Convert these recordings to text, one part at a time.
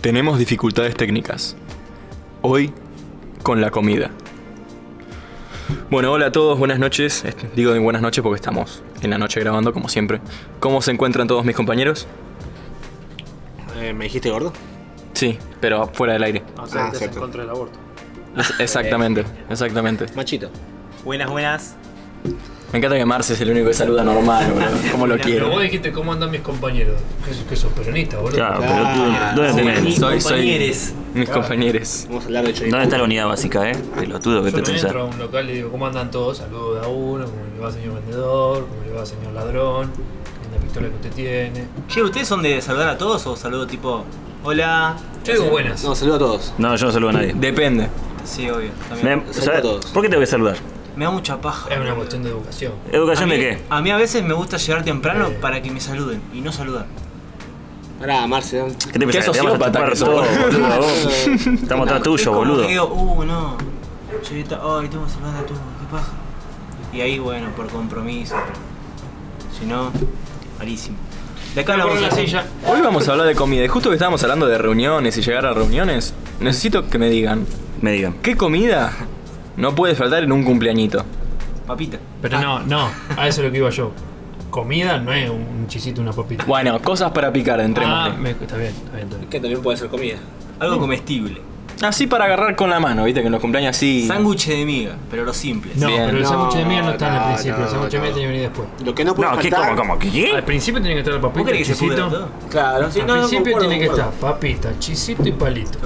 Tenemos dificultades técnicas. Hoy con la comida. Bueno, hola a todos, buenas noches. Este, Digo de buenas noches porque estamos en la noche grabando como siempre. ¿Cómo se encuentran todos mis compañeros? Eh, ¿Me dijiste gordo? Sí, pero fuera del aire. O Ah, sea, estás en cierto. contra del aborto. Es- Exactamente, exactamente. Machito. Buenas, buenas. Me encanta que Marce es el único que saluda normal, boludo. Como lo Pero quiero. vos dijiste cómo andan mis compañeros. Que, que sos peronista, boludo. Claro, Ah, pero tú, ¿dónde sí. tenés? Soy, compañeros. soy. Mis compañeros. Vamos a hablar de chorizo. ¿Dónde está la unidad básica, eh? Pelotudo, que Yo te no entro a pensás? un local y digo, ¿cómo andan todos? Saludos a uno, ¿cómo le va señor vendedor? ¿Cómo le va señor ladrón? ¿Qué la pistola que usted tiene? Che, ¿ustedes son de saludar a todos o saludo tipo hola? Yo digo buenas. No, saludo a todos. No, yo no saludo a nadie. Depende. Sí, obvio. Me- También. Saludo ¿sabes? a todos. ¿Por qué te voy a saludar? Me da mucha paja. Es una cuestión de educación. ¿Educación A de mí- qué? A mí a veces me gusta llegar temprano Eh. para que me saluden y no saludar. Pará, Marce. ¿no? ¿Qué te pensás? ¿Qué que Te vamos sociópata a tapar que sos, todo, boludo? boludo. a vos. Estamos atrás Es tuyo, como boludo. que digo, uh, no. Yo ahorita, ay, tengo que saludar a todos, qué paja. Y ahí, bueno, por compromiso. pero Si no, malísimo. De acá la Pongo vamos en a la silla. Hoy vamos a hablar de comida. Y justo que estábamos hablando de reuniones y llegar a reuniones, necesito que me digan, Me digan. ¿qué comida no puede faltar en un cumpleañito? Papita. Ah. Pero no, no, a eso es lo que iba yo. Comida no es un chisito, una papita. Bueno, cosas para picar, Ah, entremos. me- está bien, está bien, está bien. Que también puede ser comida. Algo comestible. Así para agarrar con la mano, viste, que en los cumpleaños así. Sándwich de miga, pero lo simple. No, Bien. pero el No, sándwich de miel no está en no, el principio, no, el sándwich de miel no. tiene que venir después. Lo que no puede No, ¿qué? faltar... ¿Cómo? ¿Cómo? Al ¿Qué? principio tiene que estar la ¿Vos papita, el querés que se pudra chisito. todo? Claro, sí, Al no, no, principio concuerdo, tiene que concuerdo. estar papita, chisito y palito.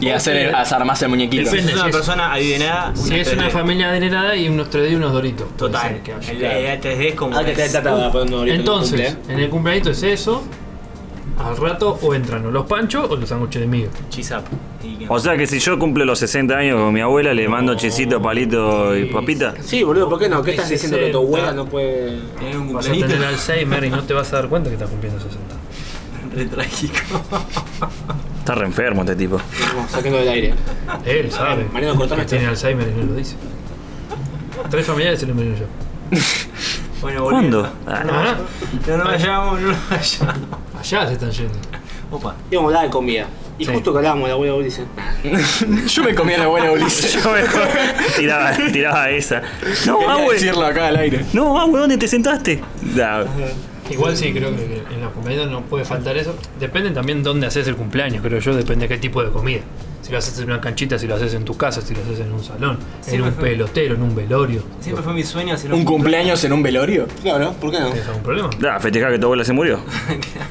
Y hacer el, armarse el muñequito. Si Depende. es una si es- persona adinerada, Si es una familia adinerada y unos 3D y unos doritos. puede Total. ser que haya. El el 3D es como. Ah, que te- te- te- te- poniendo ahorita en el Entonces, cumple, en el cumpleaños es eso. Al rato o entran o los panchos o los sándwiches de miga. Chisap. Y que- O sea que si yo cumplo los 60 años con mi abuela, le mando chisito, palito y papita. ¿eh? Sí, boludo, ¿por qué no? ¿Qué estás Ese diciendo que tu senta. abuela no puede...? Tener un Vas a tener cumpleaños Alzheimer y no te vas a dar cuenta que estás cumpliendo 60. re trágico. Está re enfermo este tipo. No, saquenlo del aire. Él sabe. Mariano, cortame que esto. tiene Alzheimer y no lo dice. Tres familiares se lo envenenó yo. Bueno, ¿Cuándo? boludo. Ah, no. Ah, No, no vayamos, no vayamos. Allá se están yendo. Opa. Íbamos a hablar de comida. Y Sí. justo que hablábamos de la abuela, hoy dice... Yo me comí a la abuela Ulises. Yo mejor tiraba, tiraba esa. No, Quería abue. decirlo acá al aire. No, abue, ¿dónde te sentaste? Nah, Igual sí, creo que en los cumpleaños no puede faltar eso. Depende también dónde haces el cumpleaños, creo yo, depende de qué tipo de comida. Si lo haces en una canchita, si lo haces en tu casa, si lo haces en un salón, en Siempre un fue- pelotero, en un velorio. Siempre fue mi sueño hacer ¿Un cumpleaños en un velorio? Claro, ¿por qué no? ¿Tienes algún problema? nah, Ah, festejar que tu abuela se murió.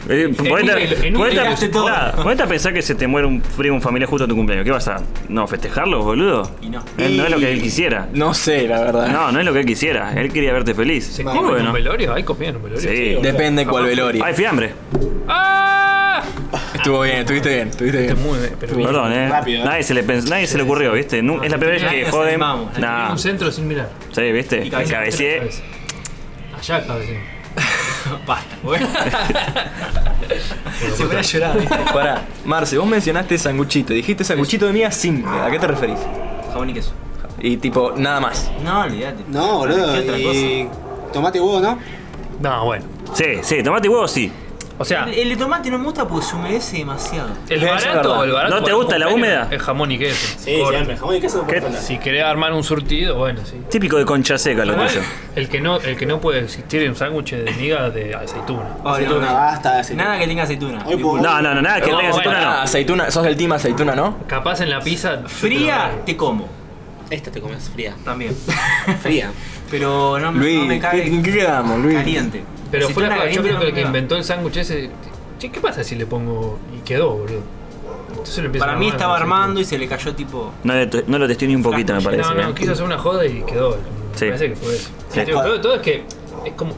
Eh, Ponete hilo, en un ponete hilo a- hace todo. nah, ponete a pensar que se te muere un frío, un familiar justo a tu cumpleaños. ¿Qué vas a? ¿No festejarlo, boludo? Y no. Eh, no es lo que él quisiera. No sé, la verdad. No, no es lo que él quisiera. Él quería verte feliz. ¿Se Muy come en bueno. un velorio? ¿Hay comida en un velorio? Sí. Depende cuál velorio. Hay fiambre. ¡Ah! Estuvo bien, estuviste bien, estuviste Te bien. mueve, pero bien. Perdón, eh. Rápido, eh. Nadie se le pens- nadie se le ocurrió, ¿viste? Nu- es la primera vez Nadie que nos joden. animamos. Tiene Nah. un centro sin mirar. Sí, ¿viste? Y cabecea. Cabecié. Tres cabezas. Allá cabeceo. Basta, bueno. Se hubiera llorado, ¿viste? Pará, Marce, vos mencionaste sanguchito. Dijiste sanguchito de mía simple. ¿A qué te referís? Jabón y queso. Y tipo, nada más. No, olvídate. No, boludo, ¿Qué otra y... Tomate huevo, ¿no? No, bueno. Sí, sí, tomate huevo, sí. O sea, cosa? El de tomate no me gusta porque se humedece demasiado. el Eso es verdad. barato, el barato. ¿No te para gusta la cumpleaños húmeda? Es jamón y queso. Sí, Corta. siempre. Jamón y queso no puede ¿Qué? faltar. Si querés armar un surtido, bueno, sí. Típico de concha seca lo Igual, tuyo. El que no, el que no puede existir en un sándwich de miga de aceituna. Oh, Ah, Aceituna, no, no. basta de aceituna. Nada que tenga aceituna. Hoy puedo- No, no, no, nada, que Pero tenga vamos, aceituna bueno, no. Ah, aceituna, sos del team aceituna, ¿no? Capaz en la pizza Fría te como Esta te comes fría. también. Fría. Pero no, me- no Luis, me ¿qué, cae en qué quedamos, Luis? caliente. Pero Si fue está la yo caliente, creo no que el me que va. inventó el sándwich ese. Che, ¿qué pasa si le pongo y quedó, boludo? Entonces lo empiezan Para a mí armar, estaba no sé, armando y se le cayó tipo. No, le to- no lo testé ni un poquito, me como- parece. No, no, eh. quiso hacer una joda y quedó. Me Sí. parece que fue eso. Sí. Lo peor de todo es que es como.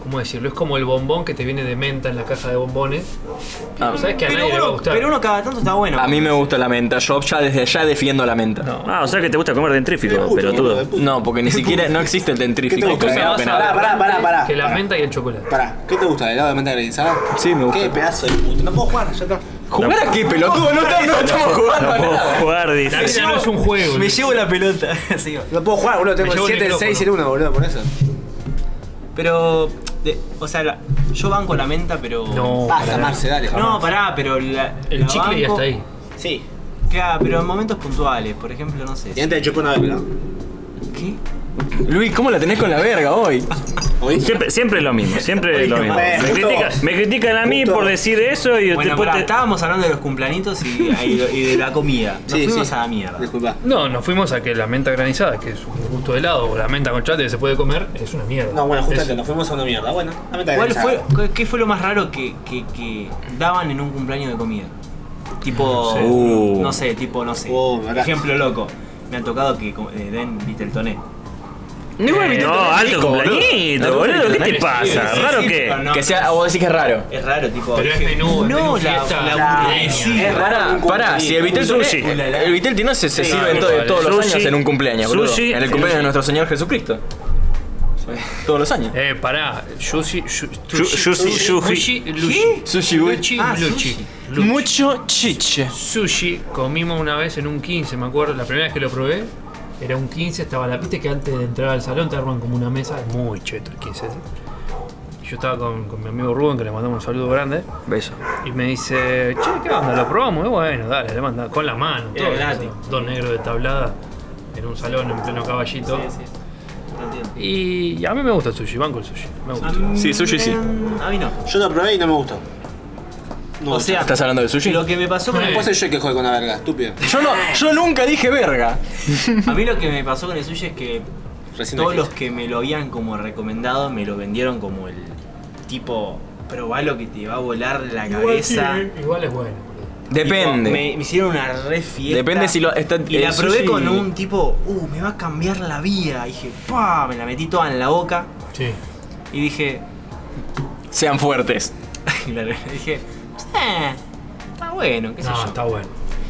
¿Cómo decirlo? Es como el bombón que te viene de menta en la caja de bombones. Ah, Sabes que a Pero nadie le va a uno, gustar. pero uno cada tanto está bueno. A mí me gusta la menta. Yo ya desde allá defiendo la menta. No, Ah, o sea que te gusta comer dentrífico, pelotudo. porque ni siquiera no existe el ¿Qué te dentrífico. gusta? que me da Vas a pena. Pará, pará, pará, pará. Que la Pará. menta y el chocolate. Pará, ¿qué te gusta? ¿Helado de menta granizada? Sí, me gusta. Qué pedazo de puto. No puedo jugar, ya está. ¿Jugar a qué, pelotudo? No, está- no estamos jugando No a puedo nada. jugar, La dice. vida no es un juego. Me llevo la pelota. Sigo. No puedo jugar, boludo. Me Tengo llevo el 7, micrófono. 6, 7, 1, boludo, por eso. Pero, de- o sea, la- yo banco la menta, pero... No, Basta, pará. Marce, dale. No, pará, pero la, El la chicle ya banco- está ahí. Sí. Claro, pero en momentos puntuales, por ejemplo, no sé. Y antes de chupar una vez, ¿no? ¿Qué? Luis, ¿cómo la tenés con la verga hoy? ¿Oí? Siempre, siempre lo mismo, siempre lo mismo. bueno, Me, justo- critica- me critican a mí justo- por decir eso y Bueno, después pará, te- estábamos hablando de los cumplanitos y, y de la comida. Nos Sí, fuimos sí. a la mierda. Disculpa. No, nos fuimos a que la menta granizada, que es un gusto de helado, o la menta con chocolate que se puede comer, es una mierda. No, bueno, Es- justamente nos fuimos a una mierda. Ah, Bueno, la meta ¿Cuál que fue, sea. qué- ¿Qué fue lo más raro que, que- que daban en un cumpleaños de comida? No Tipo, sé. Uh. no sé, tipo, no sé. Uh, pará. Ejemplo loco. Me ha tocado que co- eh, den Viteltoné. Eh, No, alto cumpleañito, boludo. ¿Qué te pasa? sí, ¿Raro sí, qué? pero no. Que sea, vos decís que es raro. Es raro, tipo. Pero es menú, es no, menú la, fiesta. la Claro. burguesía. Sí, Es raro. Eh, Pará, pará, si el Vitel Un Toné- sushi. El Vitel Toné se, se sirve en to- vale. todos los Sushi. años en un cumpleaños, boludo. Sushi. En el cumpleaños de nuestro Señor Jesucristo. Todos los años. Eh, pará, Yushi, Yu- Yu- Yushi, Yuji. Yushi, Lushi. Sushi, güey. Luchi, Ah, Luchi. sushi. Luchi. Mucho chiche. Sushi comimos una vez en un 15, me acuerdo, la primera vez que lo probé. Era un 15, estaba la piste que antes de entrar al salón te arman como una mesa, es muy cheto el 15. ese. Y Yo estaba con, con mi amigo Rubén, que le mandamos un saludo grande, Beso. y me dice, che, ¿qué onda? ¿Lo probamos? Y bueno, dale, le manda con la mano, Era todo. gratis. Dos negros de tablada, en un salón en pleno caballito. Sí, sí. No entiendo. Y a mí me gusta el sushi, banco el sushi, me gusta. Sí, sushi sí. A mí no. Yo lo probé y no me gustó. No, O sea, ¿Estás hablando de sushi? lo que me pasó con el Después soy yo el que juegue con la verga, estúpido. Yo no, yo nunca dije verga. A mí lo que me pasó con el sushi es que Recién todos dijiste. los que me lo habían como recomendado me lo vendieron como el tipo probalo que te va a volar la cabeza. Igual eh. es bueno, boludo. Depende. Tipo, Me, me hicieron una re fiesta. Depende si lo- está- y la el probé sushi- con un tipo, uh, me va a cambiar la vida. Y dije, pa, me la metí toda en la boca. Sí. Y dije, Sean fuertes. y la- dije, "Eh, está bueno, qué sé No, yo. está bueno.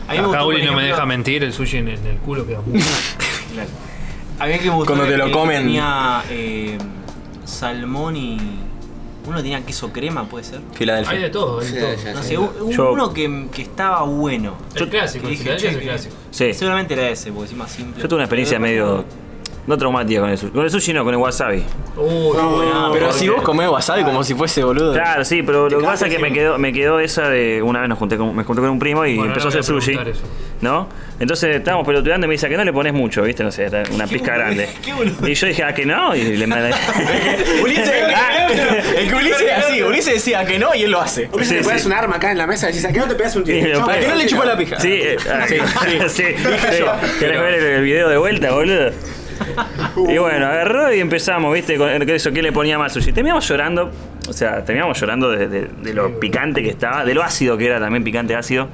A mí me Acá gustó, por Uli no me ejemplo- deja mentir, el sushi en el, en el culo queda muy bueno. Claro. A mí el que me gustó Cuando te era lo que comen. Tenía eh, salmón y. Uno tenía queso crema, puede ser. Hay de Filadelfia. todo, hay de Sí, todo. sí, No sí. sé, un- un- Yo- uno que, que estaba bueno. El clásico, el Que dije, Filadelfia es "Che, el que-". clásico. Sí. Seguramente era ese, porque encima simple. Yo tuve una experiencia medio. No traumática con el sushi. Con el sushi no, con el wasabi. Uy, qué buena. Pero si vos comés wasabi como si fuese boludo. Claro, sí, pero lo que cagaste pasa es que me encima. quedó, me quedó esa de. Una vez nos junté con, me junté con un primo y Bueno, empezó a ahora hacer voy a sushi. preguntar eso. ¿No? Entonces estábamos pelotudeando y me dice, ¿a que no le pones mucho? ¿Viste? No sé, era una pizca grande. Y yo dije, ¿a que no? Y le mandé. Ulises, el que Ulises así, Ulises decía que no y él lo hace. Oye, Sí, te pones sí. un arma acá en la mesa y decís, ¿a qué no te pegas un Sí, tiro? lo ¿A pego. que no le chupa la pija? pija? Sí, eh, ah, sí, sí. sí. ¿Querés ver el, el video de vuelta, boludo? Uh. Y bueno, agarró y empezamos, ¿viste? Con el- eso, ¿qué le ponía más sushi? Terminamos llorando, o sea, terminamos llorando de, de- de lo picante que estaba, de lo ácido que era también, picante ácido.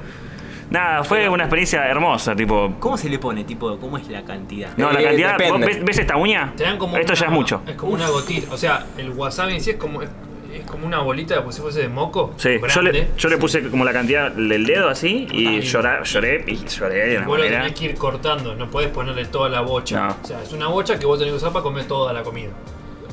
Nada, fue una experiencia hermosa, tipo. ¿Cómo se le pone? Tipo, ¿cómo es la cantidad? No, la Eh, cantidad. ¿vos depende. ves, ves esta uña? Te dan como Esto una- ya es mucho. Es como una gotita. O sea, el wasabi en sí es como, es, es como una bolita, como si fuese de moco. Sí, grande. yo le, yo le puse como la cantidad del dedo así y Ahí. llora- lloré y lloré de una Vos lo manera. tenés que ir cortando, no podés ponerle toda la bocha. No. O sea, es una bocha que vos tenés que usar para comer toda la comida.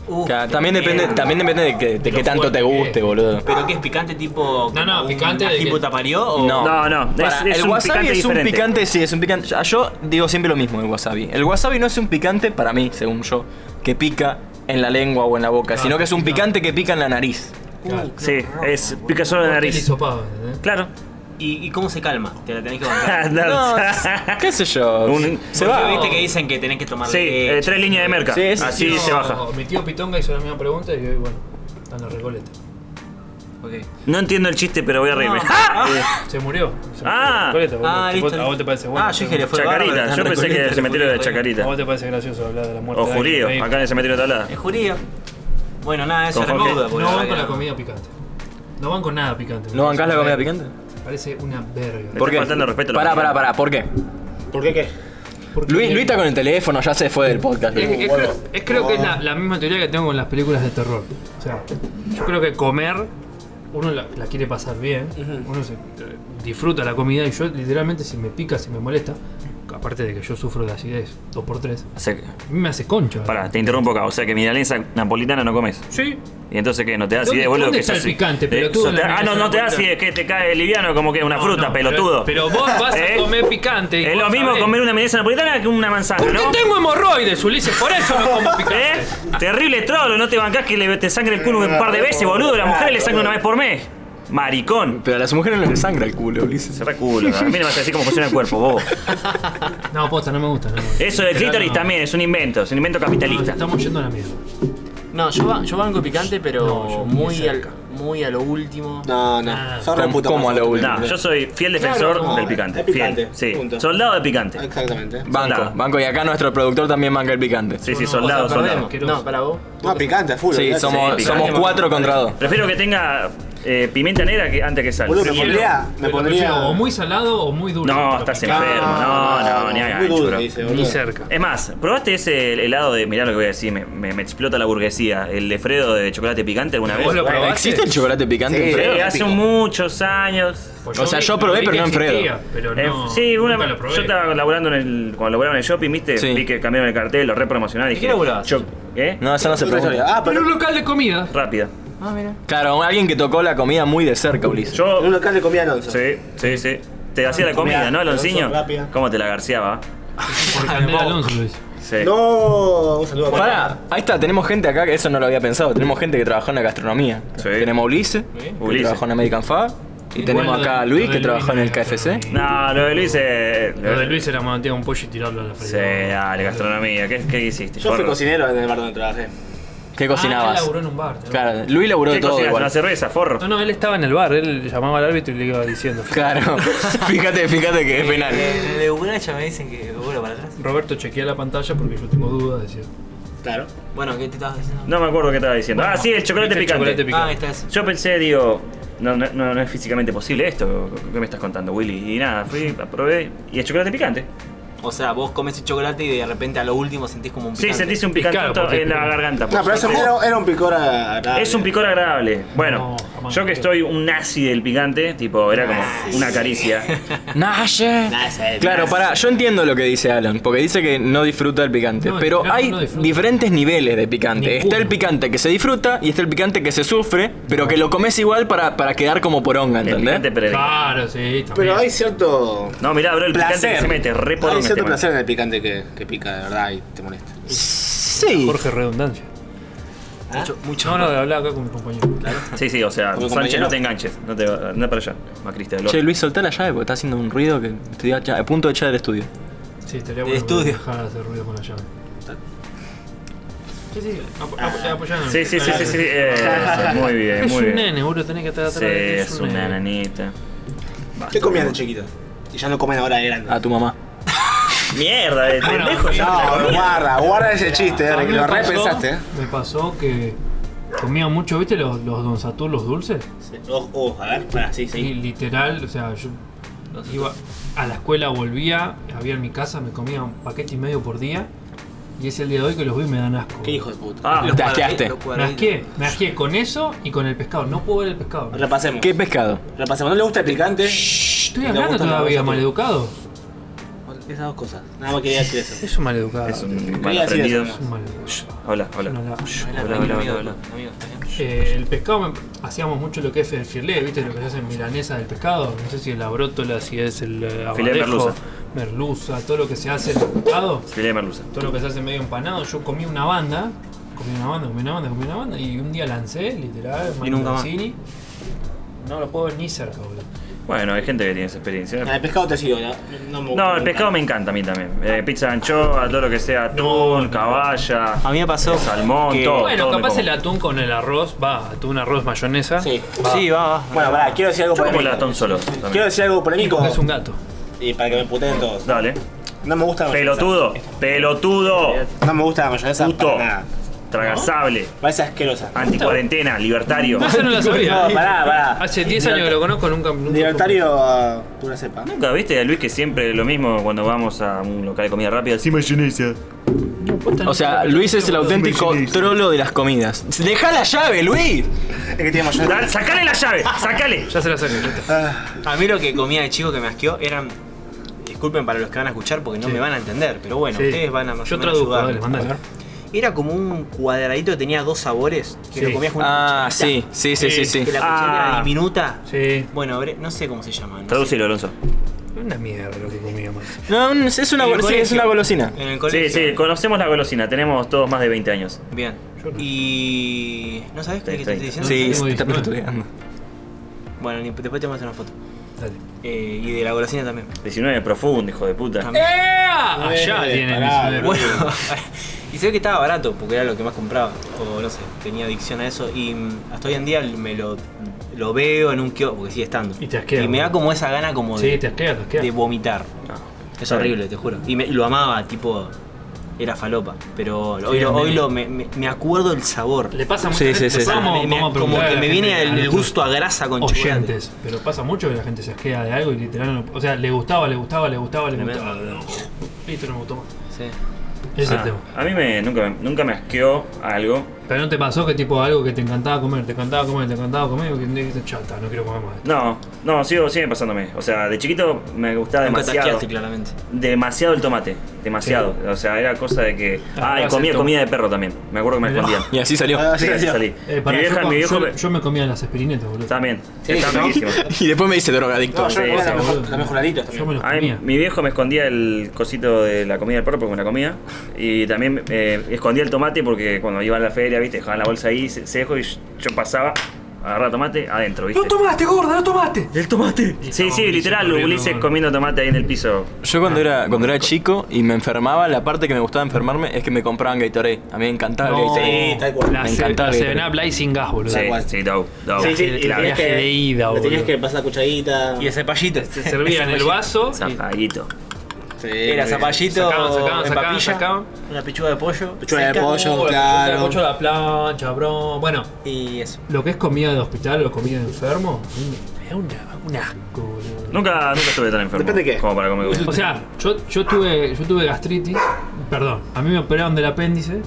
Uh, Claro, también depende, también depende de, que, de Lo qué tanto fuerte te que guste, es. boludo. ¿Pero qué es picante tipo. No, no, un picante de tipo que- taparió o. No, no, Pará, es- es el un wasabi picante es un diferente. picante, sí, es un picante. ya, Yo digo siempre lo mismo el wasabi. El wasabi no es un picante para mí, según yo, que pica en la lengua o en la boca, Claro, sino que es un pica. picante que pica en la nariz. Claro. Sí, es pica solo la Porque el nariz. hisopado, ¿entendés? Claro. ¿Y, y cómo se calma? Te la tenés que bancar. No, qué sé yo. Un- se Porque va. Viste que dicen que tenés que tomar Sí, eh, leche. tres líneas de merca. Sí, sí, Así sí. se No, baja. Mi tío Pitonga hizo la misma pregunta y hoy, bueno, dando recoleta. Ok. No entiendo el chiste, pero voy a reírme. No. ¡Ah! Se murió. Se Ah. murió Recoleta, Ah, boludo. listo. ¿A vos te parece bueno? Ah, yo dije, le fue bárbaro, Chacarita, están yo pensé que recogiendo el cementerio de judíos, Chacarita. ¿A vos te parece gracioso hablar de la muerte O de alguien? judío, Ahí. acá en el cementerio de Talada. ¿Es judío? Bueno, nada, eso Con era mi Jorge. duda. porque No van verdad con la que no. comida picante. No van con nada picante. ¿No bancás la comida picante? Parece una verga. Por- faltando el respeto a la Pará, comida. pará, pará, ¿por qué? ¿Por qué qué? Porque- Luis, Luis está con el teléfono, ya se fue del podcast. Es, Luis. es creo, es creo que es la, la misma teoría que tengo con las películas de terror. O sea, yo creo que comer, uno la, la quiere pasar bien, uno se, eh, disfruta la comida y yo literalmente si me pica, si me molesta, ca- aparte de que yo sufro de acidez, dos por tres, O sea que- a mí me hace concha. pará, te interrumpo acá. O sea que milanesa napolitana no comes. Sí, Y entonces que no te da ¿Dónde- acidez, boludo. dónde que está sos- el picante, eh, pelotudo, sos- en la Ah, no, no te da milanesa? acidez, que te cae liviano como que una No, fruta, no, pelotudo. Pero, pero vos vas a ¿Eh? comer picante. y Es vos lo mismo sabés. comer una milanesa napolitana que una manzana, ¿Por ¿no? qué tengo hemorroides, Ulises? Por eso no como picante. ¿Eh? Terrible trolo, no te bancás que le te sangre el culo un par de veces, boludo. Las mujeres le sangran una vez por mes. Maricón. Pero a las mujeres no les sangra el culo, Ulises. Cerrá culo. A mí no me vas a decir cómo funciona el cuerpo, vos. No, posta, no me gusta. No me gusta. Eso del Literal, clítoris no. también es un invento, es un invento No, capitalista. estamos yendo a la mierda. No, yo, ba- yo banco picante, pero No, yo ni muy, al, cerca. muy a lo último. No, Ah. no. Zorra ¿Cómo- puta. cómo más a lo o menos. No, yo soy fiel defensor Claro, no, del picante. es picante, fiel, sí. punto. Soldado de picante. Exactamente. Soldado. Banco, banco. Y acá nuestro productor también manga el picante. Sí, sí, No, soldado, o sea, soldado. perdemos. Perdemos. No, para vos. No, picante, a full. Sí, olvidate. somos, picante, somos banco. cuatro contra dos. Prefiero que tenga eh, pimienta negra que antes que sal. Boludo, me Sí. pondría. Me Pero pondría. prefiero O muy salado o muy dulce. No, Pero estás picante, enfermo. No, no, ni a Muy gancho, dulce, bro. dice, Ni boludo. cerca. Es más, ¿probaste ese helado de. Mirá lo que voy a decir, me, me- me explota la burguesía. El de Fredo de chocolate picante alguna vez. ¿Vos lo eh. probaste? ¿Existe el chocolate picante? Sí. Fred? Eh, Fredo, hace épico. muchos años. Pues O sea, vi- yo probé, vi pero que no en Fredo. existía, Pero Eh, no, sí, una, nunca lo probé. yo estaba laburando en el, cuando laburaba en el shopping, ¿viste? Sí. Vi que cambiaron el cartel, lo repromocionaron. y ¿Y dije, qué laburabas? yo- ¿Eh? No, esa no se Otra historia. pregunta. Ah, Pero en pero. un local de comida. Rápida. Ah, mira. Claro, alguien que tocó la comida muy de cerca, Ulises. En un Yo. local de comida no. Sí, sí, sí. Te hacía la comida, Comida, ¿no, Alonciño? rápida. ¿Cómo te la garciaba? Por Candel Alonso lo hice. Sí. No, un saludo Pará, ahí está, tenemos gente acá que eso no lo había pensado. Tenemos gente que trabajó en la gastronomía. Sí. Tenemos a Ulises, que Ulises. trabajó en American Fab. Y tenemos Igual lo acá a de- Luis, lo que de trabajó en el no era KFC. gastronomía. No, lo de Luis es. Lo de Luis era mantener un pollo y tirarlo a la Sí, freidora. Ah, dale, gastronomía. ¿Qué, qué hiciste? Yo fui forro? cocinero en el bar donde trabajé. ¿Qué Ah, él cocinabas? laburó en un bar. ¿no? Claro, Luis laburó ¿Qué de todo cocinaste? igual. ¿Una cerveza, forro? No, no, él estaba en el bar, él llamaba al árbitro y le iba diciendo. Claro, fíjate, fíjate que es penal. Eh, de Ucrania me dicen que vuelo para atrás. Roberto, chequea la pantalla porque yo tengo dudas, decía. Claro. Bueno, ¿qué te estabas diciendo? No me acuerdo qué estaba diciendo. ah, sí, el chocolate Viste el picante. chocolate Ah, ahí está ese. Yo pensé, digo, no, no, no, no es físicamente posible esto. ¿Qué me estás contando, Willy? Y nada, fui, probé. Y el chocolate picante. O sea, vos comes el chocolate y de repente a lo último sentís como un Sí, picante. sentís un Y claro, picantito porque- en la garganta. por No, pero eso suerte. era, era un picor agradable. Es un picor agradable. Bueno, No, jamás. yo que estoy un nazi del picante, tipo, era como una caricia. Naye. Claro, pará, yo entiendo lo que dice Alan, porque dice que no disfruta el picante, No, el pero picante hay no disfruta. diferentes niveles de picante. Ninguno. Está el picante que se disfruta y está el picante que se sufre, pero que lo comes igual para, para quedar como poronga, El picante ¿entendés? previo. Claro, sí, también. Pero hay cierto. No, mirá, bro, el picante placer. que se mete, re por Hay cierto placer en el picante que, que pica de verdad y te molesta. Sí. Jorge Redundancia. Mucho, mucho. No, no, de hablar acá con mi compañero. Sí, sí, o sea, ¿Como Sánchez, compañero? no te enganches. No te anda para allá, Macrista del Che, orto. Luis, soltá la llave porque está haciendo un ruido que estoy a, a punto de echar del estudio. Sí, estaría De bueno que estudio. dejara de hacer ruido con la llave. Sí, sí, apo- Ah, apo- apoyando. Sí, sí, sí, sí, sí. eso, muy bien, Es muy un bien. nene, boludo, tenés que estar atrás Sí, de él, es una nanita. ¿Qué comían de chiquito? Y ya no comen ahora de grande. A tu mamá. Mierda, de pendejo. No, guarda, guarda ese chiste, A eh, mí que me lo Ah, pasó- repensaste. eh. Me pasó que comía mucho, ¿viste? Los, los Don Satur, los dulces. Oh, oh, a ver, para, sí, Y sí. literal, o sea, yo iba a la escuela, volvía, había en mi casa, me comía un paquete y medio por día. Y es el día de hoy que los veo y me dan asco. Qué hijo de puta. Ah, Te asqueaste. Me asqué, me asqué con eso y con el pescado. No puedo ver el pescado. Repasemos. ¿Qué pescado? Repasemos. ¿No le gusta el picante? Estoy ¿Te hablando gusta la todavía, cosa? maleducado. Esas dos cosas. Nada más quería decir eso. Es un maleducado. es un mal Quería decir aprendido. eso. Es un maleducado. Hola, hola. No la- Hola, hola, hola, hola. Eh, el pescado me- hacíamos mucho lo que es el filet, ¿viste? Lo que se hace en milanesa del pescado. No sé si es la brótola, si es el eh, Filet de abadejo, merluza. merluza, todo lo que se hace en el pescado. Filé de merluza. todo lo que se hace medio empanado. Yo comí una banda, comí una banda, comí una banda, comí una banda, y un día lancé, literal, Y nunca más. Mancini. No lo puedo ver ni cerca, boludo. Bueno, hay gente que tiene esa experiencia. El pescado te sigo, ¿no? No, me gusta No, el nunca. pescado me encanta a mí también. Eh, pizza de anchoa, todo lo que sea, atún, caballa, A mí me pasó. salmón, que- todo. bueno, todo me capaz como. el atún con el arroz, va, atún, arroz, mayonesa. Sí. Sí, va, va. Bueno, pará, quiero decir algo Yo como el polémico. atún solo. también. Quiero decir algo polémico. Porque es un gato. Y para que me puteen todos. Ah, Dale. No me gusta la mayonesa. Pelotudo, pelotudo, No me gusta la mayonesa puto, para nada. tragasable, Me parece asquerosa. anticuarentena, libertario. No, eso no la sabía. No, pará, pará. Hace 10 años que lo conozco, nunca. nunca Libertario a pura cepa. Nunca viste a Luis que siempre lo mismo cuando vamos a un local de comida rápida. Sí, mayonesa. O sea, Luis es el auténtico trolo de las comidas. ¡Deja la llave, Luis! Es que tiene mayonesa. Dale, sacale la llave, sacale. Ya se la saqué. ya está. A mí lo que comía de chico que me asqueó eran. disculpen para los que van a escuchar porque no Sí. me van a entender, pero bueno, Sí. ustedes van a más o Yo menos traduzco, ayudarme. dale, mandale. Era como un cuadradito que tenía dos sabores que Sí. lo comías con una Ah, sí, cuchara, sí, sí, sí, sí. Eh, Que la cuchara Ah. era diminuta. Sí. Bueno, bre- no sé cómo se llama. no sé. Traducilo, Alonso. Una mierda lo que comíamos. No, es es una, En el gol- sí, es Eh, colegio. Eh, una golosina. En el Sí, colegio. sí, conocemos la golosina, tenemos todos más de 20 años. Bien. Yo no. Y. ¿No sabes qué es que te estoy diciendo? Sí, muy está bien. estudiando. Bueno, ni- después te voy a hacer una foto. Dale. Eh, y de la golosina también. 19 profundo, hijo de puta. También. Allá Eh, tienen pará, el Bueno, y se ve que estaba barato porque era lo que más compraba. O no sé, tenía adicción a eso. Y mm, hasta hoy en día me lo, lo veo en un kiosco, porque sigue estando. Y te asquea, me da boludo. como esa gana como Sí, de, te asquea, te de asquea. vomitar. No. Es horrible, te juro. Y me- lo amaba, tipo. Era falopa. Pero hoy, lo, hoy lo- me, me- me acuerdo el sabor. Le pasa mucho. Sí, sí, sí, sí. Me- me- como que me viene el, el gusto a grasa con chocolate. oyentes, pero pasa mucho que la gente se asquea de algo y literal no, o sea, le gustaba, le gustaba, le gustaba, le Tremendo. gustaba. Listo, no me gustó más. Sí. Ese es el Ah, tema. a mí me, nunca, me- nunca me asqueó algo. Pero no te pasó que tipo algo que te encantaba comer, te encantaba comer, te encantaba comer, y que dijiste, chata, no quiero comer más. esto". No, no, sigo, sigue pasándome. O sea, de chiquito me gustaba Nunca demasiado. taqueaste, claramente. Demasiado el tomate. Demasiado. O sea, era cosa de que. Ah, Ah, y hace comía to- comida de perro también. Me acuerdo que me Mirá. escondían. Y así salió. Sí, así salí. Eh, mi pará, yo, vieja, cuando- mi viejo. yo, yo me comía las espirinetas, boludo. También. Sí, Ah. Están ¿no? riquísimos. Y después me dice drogadicto. No, yo me acuerdo Sí, la mejor- boludo. la mejoraditas Yo también. me los Ay, comía. mi viejo me escondía el cosito de la comida del perro porque me la comía. Y también eh, escondía el tomate porque cuando iba a la feria, viste, dejaban la bolsa ahí, se- seco, y yo pasaba, agarraba tomate adentro, viste. ¡No tomaste, gorda, no tomaste! ¡El tomate! Sí, Estaba sí, literal, Ulises Ulises corriendo, comiendo tomate ahí en el piso. Yo cuando era, cuando era chico y me enfermaba, la parte que me gustaba enfermarme es que me compraban Gatorade. A mí me encantaba el Gatorade. Sí, tal cual. La, Me se- eh, encantaba la el Seven Gatorade. Up Light sin gas, boludo. Sí, cual. sí, Dau, Dau. Sí, sí, el y tenías viaje que- de ida, le Tenías boludo. que pasar la cucharita. Y el zapallito. Se servía en el vaso. Zafaguito. Sí, Era zapallito. Eh, Sacaban, sacaban, en sacaban, papilla, sacaban. Una pechuga de pollo. Pechuga de seca, pollo, Oh, la claro. mucho la plancha, bro. Bueno, Y eso. lo que es comida de hospital o comida de enfermo, a mí me da una- un asco, boludo. Nunca, nunca estuve tan enfermo. Depende de qué. Como para comer. O sea, yo, yo, tuve, yo tuve gastritis, perdón, a mí me operaron del apéndice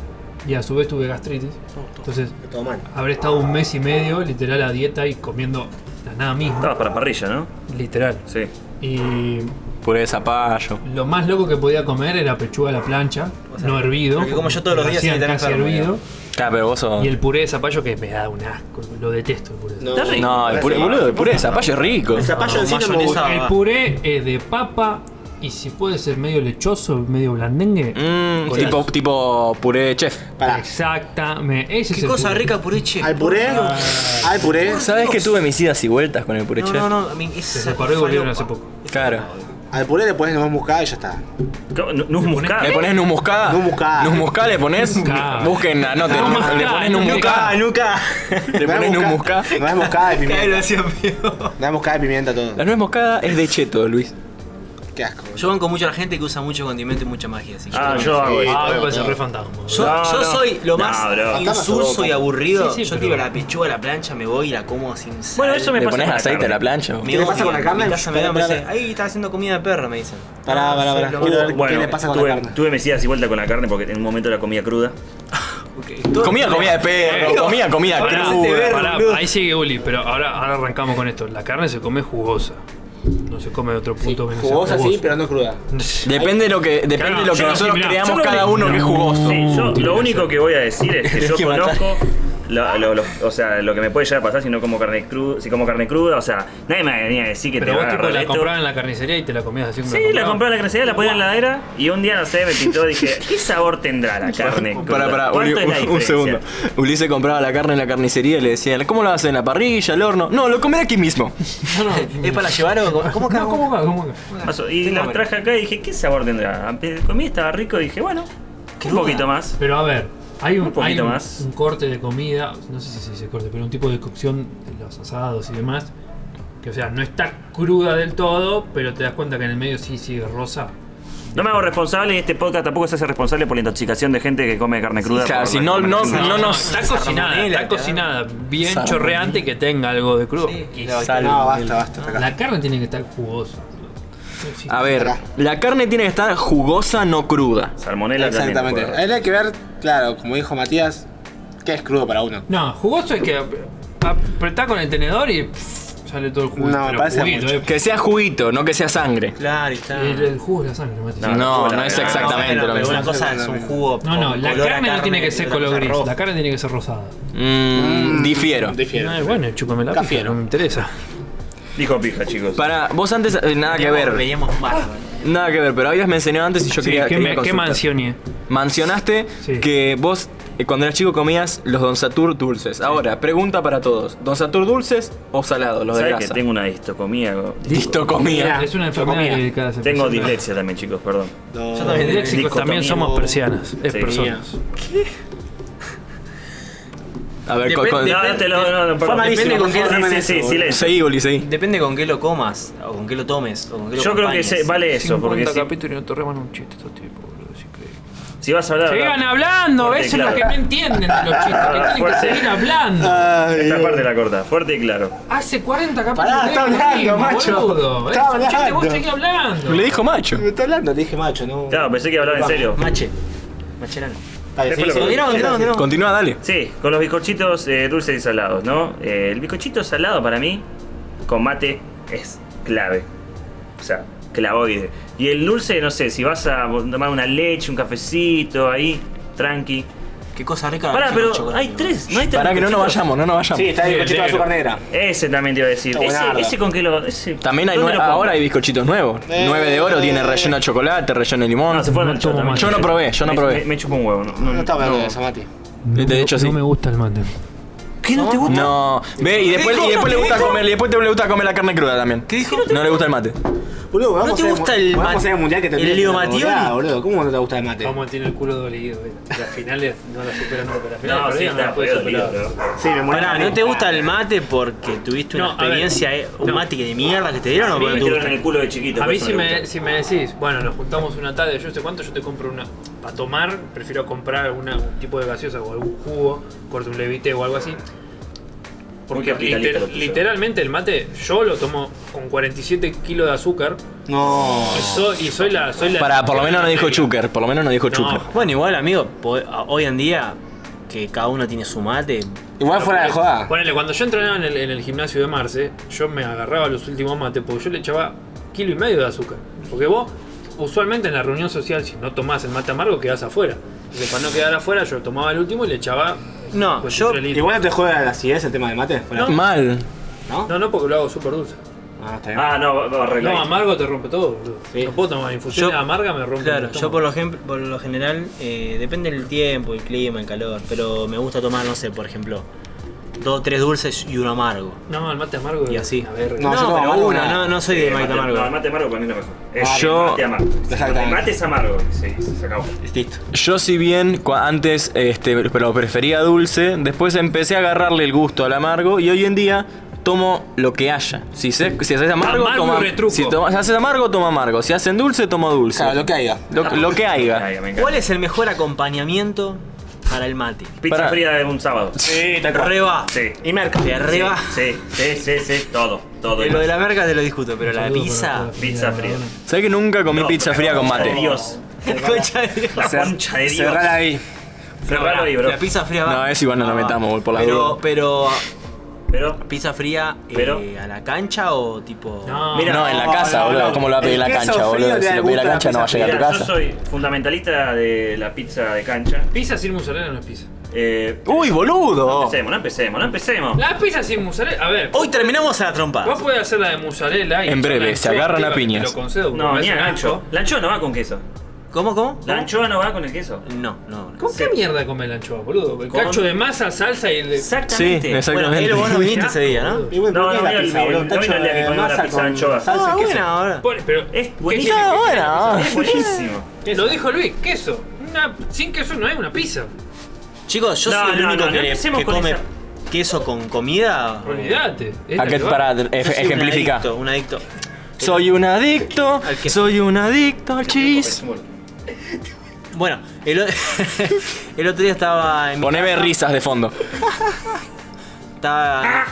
y a su vez tuve gastritis. Entonces, Todo mal. habré estado un mes y medio literal a dieta y comiendo la nada Ah. misma, Estabas para parrilla, ¿no? literal. Sí. Y Puré de zapallo. lo más loco que podía comer era pechuga a la plancha, no hervido. porque como yo todos los lo días hacían sin estar casi enfermo, hervido. Claro, pero vos sos... Y el puré de zapallo que me da un asco, lo detesto el puré. de No, No, el puré, boludo, el puré de zapallo es rico. El zapallo No, en sí no me mayonesa. gusta. El puré es de papa y si puede ser medio lechoso, medio blandengue. Mm, con tipo, tipo puré de chef. Pará. Exactamente. Ese es Qué el cosa puré. rica pureche. Al puré. Al puré. ¿Sabes que tuve mis idas y vueltas con el puré No, chef? no, no. a mí esa Se separó y volvieron hace falopa. poco. Claro. Al puré le pones nomás moscada y ya está. ¿Cómo? Nu- Nuz ¿Le moscada. pones nuez moscada? Nuez moscada. ¿Nuez moscada le pones? moscada. Busquen, anoten. Nuez moscada, ¿Le pones nuez nuez moscada? Ah, nunca. ¿Le pones nuez moscada? No es moscada y Cada vez lo pimienta. hacía peor. No es moscada y pimienta todo. La nuez moscada es de cheto, Luis. Qué asco. boludo. Yo banco mucho a la gente que usa mucho condimento y mucha magia. Así que Ah, yo- yo hago eso. Ah, me todo, parece todo. re fantasma. Yo, No, yo no. soy lo No, más bro. insulso y aburrido. Sí, sí, yo pero- tiro la pechuga a la plancha, me voy y la como sin sal. Bueno, eso me ¿Le pasa pones con la aceite a carne. la plancha? Me ¿Qué le pasa con la odian. carne? En mi casa me dan, me Pará, pará. dicen, ahí estás haciendo comida de perro, me dicen. Pará, pará, pará. Soy lo Quiero más- ver qué Bueno, le pasa con tuve, la carne. tuve mis idas y vueltas con la carne porque en un momento era comida cruda. Ok, todo- Comida, comida de perro, comida, comida Pará, cruda. pará, boludo. ahí sigue Uli, pero ahora, ahora arrancamos con esto. La carne se come jugosa. No se come de otro punto que no sea Jugosa sí, pero no cruda. Depende de lo que, depende Claro, de lo que yo- nosotros sí, mirá, creamos yo lo cada vi- uno que es jugoso. Sí, yo tiene lo que único ser. que voy a decir es que Tenés yo que matar. conozco lo, lo- lo- o sea, lo que me puede llegar a pasar si no como carne cruda, si como carne cruda, o sea, nadie me venía a decir que Pero te va vos a tipo agarrar la esto. comprabas en la carnicería y te la comías así como Sí, la compré en la carnicería, la ponía en la heladera y un día, no sé, me pintó dije, ¿qué sabor tendrá la carne? cruda? Pará, pará, ¿Cuánto Uli- es la un, un diferencia? segundo. Ulises compraba la carne en la carnicería y le decían, ¿cómo lo hacen? ¿En la parrilla, al horno? No, lo comeré aquí mismo. No, no, ¿Es para llevar o cómo- cómo acá? no, ¿cómo acá? ¿Cómo acá? Paso, Y Tengo la hambre. traje acá y dije, ¿qué sabor tendrá? Comí, estaba rico y dije, bueno, un poquito más. Pero a ver, hay un, Un poquito hay un- más. un corte de comida, no sé si se dice corte, pero un tipo de cocción de los asados y demás, que o sea, no está cruda del todo, pero te das cuenta que en el medio sí sigue rosa. No me hago responsable y este podcast tampoco se hace responsable por la intoxicación de gente que come carne cruda. Claro, por si la no- no- recomendación. no- nos- está cocinada, salmonela, está claro. cocinada, bien Salmonela. chorreante y que tenga algo de crudo. Sí, Y la sal. Salud. No, basta, basta. hasta acá. la carne tiene que estar jugosa. A ver, Pará. la carne tiene que estar jugosa, no cruda. Salmonela también, Exactamente. por- Él hay que ver, claro, como dijo Matías, qué es crudo para uno. No, jugoso es que apretá con el tenedor y pff, sale todo el jugo. No, me parece eh, mucho. Que sea juguito, no que sea sangre. Claro, y está. El, el jugo es la sangre, Mati. No, no, es exactamente bueno, lo pero mismo. Una cosa es un jugo. No, no, con la color a carne no tiene que y ser otra color cosa gris, rojo. la carne tiene que ser rosada. Mm, difiero. Difiero. Ah, bueno, chúpame la pija, Cafiero. no me interesa. Dijo pija, chicos. Para, vos antes, eh, nada que ver, Veíamos bárbaro. nada que ver, pero habías mencionado antes y yo Sí, quería, ¿Qué, quería me- qué consultar. mansione? Mencionaste Sí. que vos eh, cuando eras chico comías los Don Satur dulces. Ahora, pregunta para todos. ¿Don Satur dulces o salados, los de ¿Sabes que grasa? tengo una distocomía? Listo, comía. Es una enfermedad comía. que cada se Tengo presenta. dislexia también, chicos, perdón. No. Yo también. Disléxicos también Dicotomía. somos persianas, es Sí. personas. A ver, con, con- No, no te lo. No, no, perdón. malísimo, Depende con fue qué- malísimo, Sí, sí, sí, boludo. silencio. seguí, Goli, seguí. Depende con qué lo comas, o con qué lo tomes, o con qué lo Yo creo que acompañes. se- vale eso, porque 50 si, capítulos y no te reman un chiste estos tipos, boludo, es increíble. si vas a hablar. Sigan habla- hablando, Fuerte y eso es lo claro. que no entienden de los chistes, que tienen que Fuerte. seguir hablando. Ah. Esta parte la corta, fuerte y claro. Hace 40 capítulos. Pará, que está es lo hablando, mismo, macho. boludo. Está Es un chiste, hablando. vos seguís hablando. Le dijo macho. Me está hablando, te dije macho, no. Claro, pensé que hablaba en Va, serio. Mache. Macherano. Dale, sí, Después lo sí. Continuamos, continuamos, continuamos. Continúa, dale. Sí, con los bizcochitos eh, dulces y salados, ¿no? Eh, el bizcochito salado para mí, con mate, es clave. O sea, clavoide. Y el dulce, no sé, si vas a tomar una leche, un cafecito ahí, tranqui. Qué cosa Ah, rica. la Pará, leche con pero chocolate, hay boludo. tres, no hay tres. Para que no nos bizcochitos? vayamos, no nos vayamos. Sí, está el cochito de azúcar negra. Ese también te iba a decir. Está Ese, buenardo. ese con que lo. ese- También hay ¿dónde nue- lo pongo? ahora hay bizcochitos nuevos. Eh. 9 de oro, tiene relleno de chocolate, relleno de limón. No, se fue No al tomo también. mate. Yo no probé, yo no Me- probé. Me, me chupo un huevo, no. no, No no. está hablando de eso, Mati. De hecho, sí. No me gusta el mate. ¿Qué no te gusta? No, ve, y después, y después le gusta comer, y después te le gusta comer la carne cruda también. No le gusta el mate. Boludo, vamos te a hacer- gusta el vamos a mate? hacer el mundial que te ¿El olvidaste, Leo boludo, Mattioli? boludo, ¿cómo no te gusta el Este, mate? Vamos tiene el culo dolido. eh. Las finales no las superan nunca. Las No, sí, está pedo, tío. Sí, me muero. Pará, ¿no te gusta el mate porque tuviste una No, a ver. experiencia, eh, un No. mate que de mierda que te dieron o Me porque te metieron en el gusta? culo de chiquito. A por mí eso si no me, gusta. si me decís, bueno, nos juntamos una tarde, yo sé cuánto, yo te compro una. Para tomar, prefiero comprar alguna- un tipo de gaseosa o algún jugo, corto un levite o algo así. Porque Muy capitalista liter- lo tuyo. literalmente el mate, yo lo tomo con 47 kilos de azúcar No. y soy, y soy la... Soy la Eh, Para, por lo menos no dijo Chucker, por lo menos no dijo Chucker. Bueno, igual, amigo, po- hoy en día que cada uno tiene su mate. Igual fuera de joda. Ponele, cuando yo entrenaba en el, en el gimnasio de Marce, yo me agarraba los últimos mates porque yo le echaba kilo y medio de azúcar. Porque vos, usualmente en la reunión social, si no tomás el mate amargo, quedás afuera. Entonces, para no quedar afuera, yo tomaba el último y le echaba. No, pues, yo- tres litros. Igual no te juega la acidez el tema del mate. fuera de- Mal. ¿No? No, no, porque lo hago súper dulce. Ah, está bien. Ah, no, va- va arreglado. No, amargo te rompe todo, boludo. Sí. No puedo tomar infusiones amargas, me rompe Claro, el yo estómago. por lo, ejemplo, por lo general, eh, depende del tiempo, el clima, el calor, pero me gusta tomar, no sé, por ejemplo, dos, tres dulces y uno amargo. No, el mate amargo. Y así. A ver, No, No, yo tomo pero amargo, uno, nada. no, no soy Eh, de mate amargo. No, el mate amargo para mí no mejor. Es Yo- mate amargo. Exactamente. El mate es amargo. Sí, se acabó. Listo. Yo si bien cua- antes este, pero prefería dulce, después empecé a agarrarle el gusto al amargo y hoy en día tomo lo que haya. Si, se- si haces amargo, Amargo toma y retruco. si, toma- si haces amargo, toma amargo. Si hacen dulce, toma dulce. Claro, lo que haya. Lo, lo que Ay, haya. me encanta. ¿Cuál es el mejor acompañamiento para el mate? Pizza Pará. fría de un sábado. Sí, te Reba. Sí. Y merca. Te reba. Sí, sí, sí, sí, todo, todo. De Lo de la merca te lo discuto, pero la pizza. Pizza fría. ¿Sabes que nunca comí No, pizza pero- fría con mate? de Dios. Concha de Dios. La concha de Dios. Cerrala ahí. Cerralo ahí, bro. La pizza fría va. No, es igual, no la Ah, va. metamos, por la pero, duda. pero, Pero, pizza fría eh, Pero- a la cancha o tipo. No, Mira, No, en la No, casa, no, boludo. no. ¿Cómo lo va a pedir El en la queso cancha, frío boludo? te Si da lo pide en la gusto a la cancha, no va a pizza llegar a tu mira, yo casa. soy fundamentalista de la pizza de cancha. pizza sin mozzarella no es pizza. Eh, ¡Uy, boludo! empecemos, no empecemos, no empecemos. La pizza sin mozzarella. A ver, Hoy terminamos a la trompada. Vos podés hacer la de mozzarella y En breve, hacer se la de agarran a anchoa, que te piñas. Lo concedo, porque No, me ni a parece gancho. asco. La anchoa no va con queso. ¿Cómo, cómo? La anchoa no va con el queso. No, no. no. ¿Con qué mierda come la anchoa, boludo? El Con- cacho de masa, salsa y el de. Sí, Exactamente. Bueno, exactamente. él vos no viniste ese día, ¿no? Y bueno, No, ¿qué es no, la mira, pizza, el- boludo? el- Un tacho hoy no le de ponemos la masa pizza de con anchoas. salsa Ah, y queso. bueno, ahora. Pone- pero Es ¿Qué- buenísimo. qué- Está buena. Es buenísimo. Lo dijo Luis, queso. Una, sin queso no hay una pizza. Chicos, yo No, soy el no, único no, no que, le- empecemos que con come esa. queso con comida. Olvídate. es la ¿A qué- que va. para Yo ej- soy un ejemplificar. adicto, Un adicto. Soy un adicto, Al queso. soy un adicto al cheese. Bueno, el, o- el otro día estaba en mi Poneme risas de fondo. Estaba.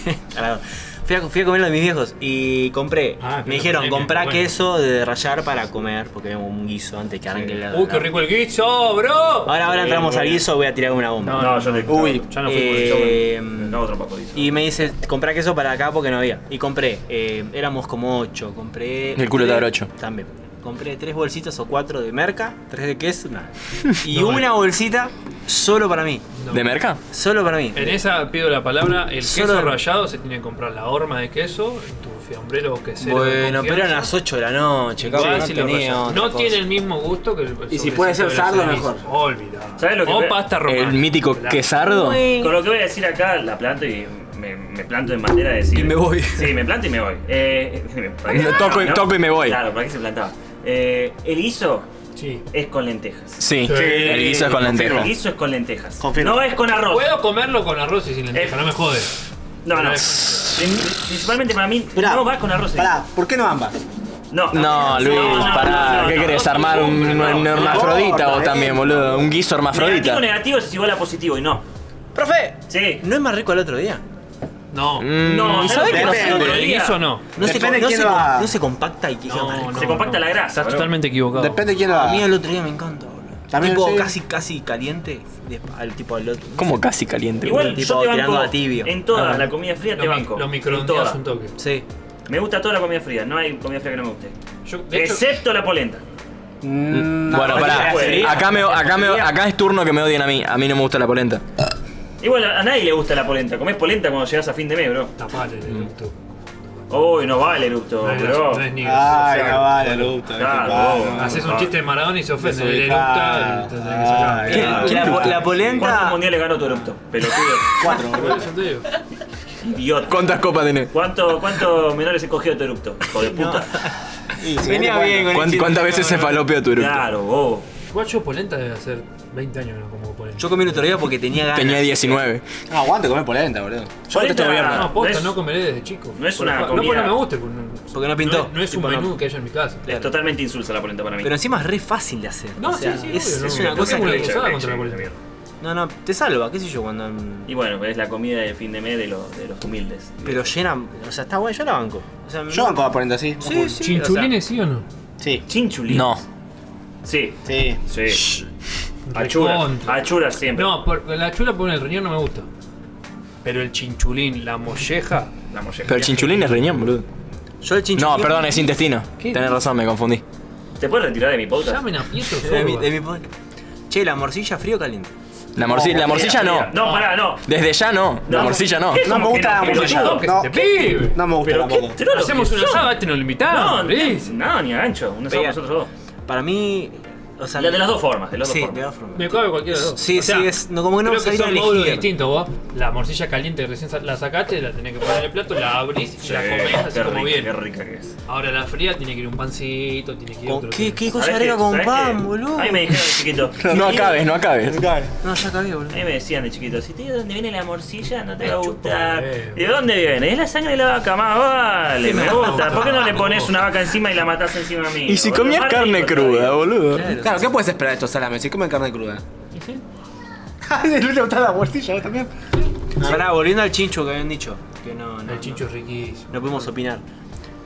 Carajo. Fui a, fui a comer a los de mis viejos y compré. Ah, pero me dijeron, pandemia, comprá bueno. queso de rallar para comer, porque había un guiso antes que arranque la. Uy, qué rico el guiso, bro. Ahora, ahora Bien, entramos muy al bien. guiso, voy a tirar una bomba. No, yo no. Uy, ya no fui por el show. eh, me cago otro papo, dice. Y me dice, comprá queso para acá porque no había. Y compré, eh, éramos como ocho, compré... El culo tres- te habrá ocho. También. Compré tres bolsitas o cuatro de merca, tres de queso, nada. Y una bolsita solo para mí, ¿De merca? solo para mí. En esa pido la palabra, el queso Solo- rallado se tiene que comprar la horma de queso, en tu fiambrero o quesero. de Bueno, pero confianza. eran las 8 de la noche, Igual cabrón, si lo no tenía rallas. otra No cosa. tiene el mismo gusto que el Y si puede ser sardo, mejor. Olvida. ¿Sabes lo que o pe- pasta romana. El mítico Claro. quesardo. Con lo que voy a decir acá, la planto y me, me planto en manera de decir. Y me voy. Sí, me planto y me voy. Eh, ¿para qué se No, toco y- toco y me voy. Claro, ¿para qué se plantaba? Eh, el guiso Sí. es con lentejas. Sí, el guiso es con lenteja. El guiso es con lentejas. Confirmo. No es con arroz. Puedo comerlo con arroz y sin lenteja, Eh. no me jodes. No, no. Pero Principalmente para mí, Esperá, no va con arroz. el Pará, ¿por qué no ambas? guiso. No, No, Luis, pará. ¿Qué querés? ¿Armar un, un- un hermafrodita vos también, boludo? Un guiso Negativo, hermafrodita. negativo es igual a positivo y no. ¡Profe! Sí. ¿No es más rico al otro día? No. Mm, No, ¿sabes ¿sabes qué qué no pasa? el otro ¿El día? guiso no? No se, Depende no, quién se, lo haga. no se compacta y que sea No, más rico. Se compacta la grasa. Estás boludo. totalmente equivocado. Depende quién lo A mí haga. al otro día me encanta, boludo. También tipo sí. casi, casi caliente, de- al tipo al otro. Como casi caliente, Igual boludo. yo Tipo, te tirando banco a tibio. en toda Ah. la comida fría te Lo mi- banco. Lo En microondeas toda. un toque. Sí. Me gusta toda la comida fría, no hay comida fría que no me guste. Yo, de hecho, Excepto la polenta. Bueno, pará. Sí. Acá, me, acá, me, acá es turno que me odien a mí. A mí no me gusta la polenta. Igual a nadie le gusta la polenta. Comés polenta cuando llegas a fin de mes, bro. tapale el eructo. Uy, Mm. no vale el gusto, No es- bro. no es ni- Ay, no vale, Luto. Claro, vos. Haces un chiste de Maradona y se ofende. El Desubicado. eructa. te tenés que sacar. Ay, Que- Ah, que la, la ¿Cuántos polenta. mundiales ganó Toronto? Pelotudo. Cuatro, Por boludo. eso te digo. Idiota. ¿Cuántas copas tenés? ¿Cuántos cuántos menores se cogió Toronto? Hijo de puta. Y si Venía viene bueno. bien con el ¿Cuán- chiste. ¿Cuántas veces se falopea tu eructo? Claro, vos. Igual yo polenta debe hacer 20 años que no como polenta. Yo comí el otro día porque tenía ganas. Tenía 19. No, aguante comer polenta, boludo. Yo detesto gobierno. no, posta, Ah, no es- no comeré desde chico. no es Por una la- No comida- porque no me guste. porque no- Porque no pintó. No, es- no es un Tipo, no. menú que haya en mi casa. Es totalmente insulsa la polenta para mí. Pero encima es re fácil de hacer. No, O sea, sí, sí, es, obvio, es no, una no cosa tengo que. ninguna- usada contra la polenta. No, no, te salva, qué sé yo, cuando. Y bueno, es la comida de fin de mes de los, de los humildes. Pero llena. O sea, está bueno, yo la banco. O sea, Yo banco la polenta, sí. Sí, sí. ¿Chinchulines sí o no? Sí, Chinchulín. No. Sí. sí. Sí. Achura. Recontra. Achura siempre. No, por- la chula por el riñón no me gusta. Pero el chinchulín, la molleja. La molleja. Pero el chinchulín es riñón, boludo. Yo el chinchulín. No, perdón, es intestino. ¿Qué? Tenés razón, me confundí. ¿Te puedes retirar de mi podcast? Llamen a Pietro De mi, Sorba. de mi pod- Che, la morcilla frío o caliente. La, morci- la morcilla no. No, pará, no. Desde ya no. La No. morcilla no. ¿Qué? No me ¿Cómo que gusta la no? Pero morcilla. yo, que No, se te pibe. no me gusta Pero la qué polenta. trolo Hacemos que un asado, sos. este no lo No, invitamos. ¿ves? no, ni a gancho. Un asado Pega. nosotros Para mí. O sea, dos. La de las dos formas, de las dos Sí, formas. de dos formas. Me cabe cualquiera de los dos. Sí, sí, es- no, como que no creo me que sabía son módulos elegir. distintos, vos. La morcilla caliente recién sa- la sacaste, la tenés que poner en el plato, la abrís y Sí, la comés así qué como rica, bien. Qué rica que es. Ahora la fría tiene que ir un pancito, tiene que ir Con- otro. ¿Qué, qué cosa ¿Sabés agrega qué? con ¿Sabés pan, qué? boludo? A mí me dijeron de chiquito. No acabes, no acabes. No, ya acabé, boludo. A mí me decían de chiquito, si te digo dónde viene la morcilla, no te va a chupa gustar. un huevo. ¿De dónde viene? Es la sangre de la vaca, más vale, me gusta. ¿Por qué no le pones una vaca encima y la matás encima a mí? Y si comías carne cruda, boludo. Claro, ¿qué puedes esperar de estos salames? Si comen carne cruda. le gusta la morcilla también. Pará, volviendo al chincho que habían dicho. Que no, no. El chincho no, es riquísimo. no pudimos opinar.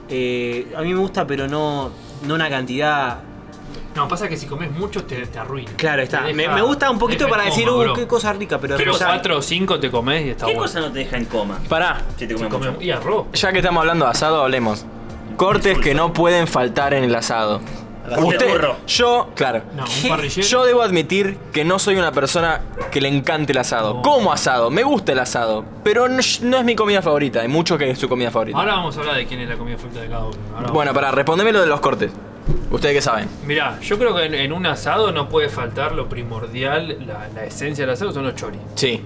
Eh, a mí me gusta, pero no, no una cantidad. No, pasa que si comes mucho te, te arruina. Claro, está. Te Me, deja- me gusta un poquito te deja para en decir, coma, uh, bro. qué cosa rica, pero, Pero ya- cuatro o cinco te comes y está ¿Qué bueno. cosa no te deja en coma? Pará, Si Te te comes comes- mucho. y arroz. ya que estamos hablando de asado, hablemos. Cortes que no pueden faltar en el asado. Asado de burro. yo, claro. No, un ¿Qué? parrillero. Yo debo admitir que no soy una persona que le encante el asado. No. Como asado, me gusta el asado, pero no, no es mi comida favorita. Hay mucho que es su comida favorita. Ahora vamos a hablar de quién es la comida favorita de cada uno. Ahora vamos. bueno, pará, respondeme lo de los cortes. Ustedes que saben. Mirá, yo creo que en, en un asado no puede faltar lo primordial, la, la esencia del asado son los choris. Sí.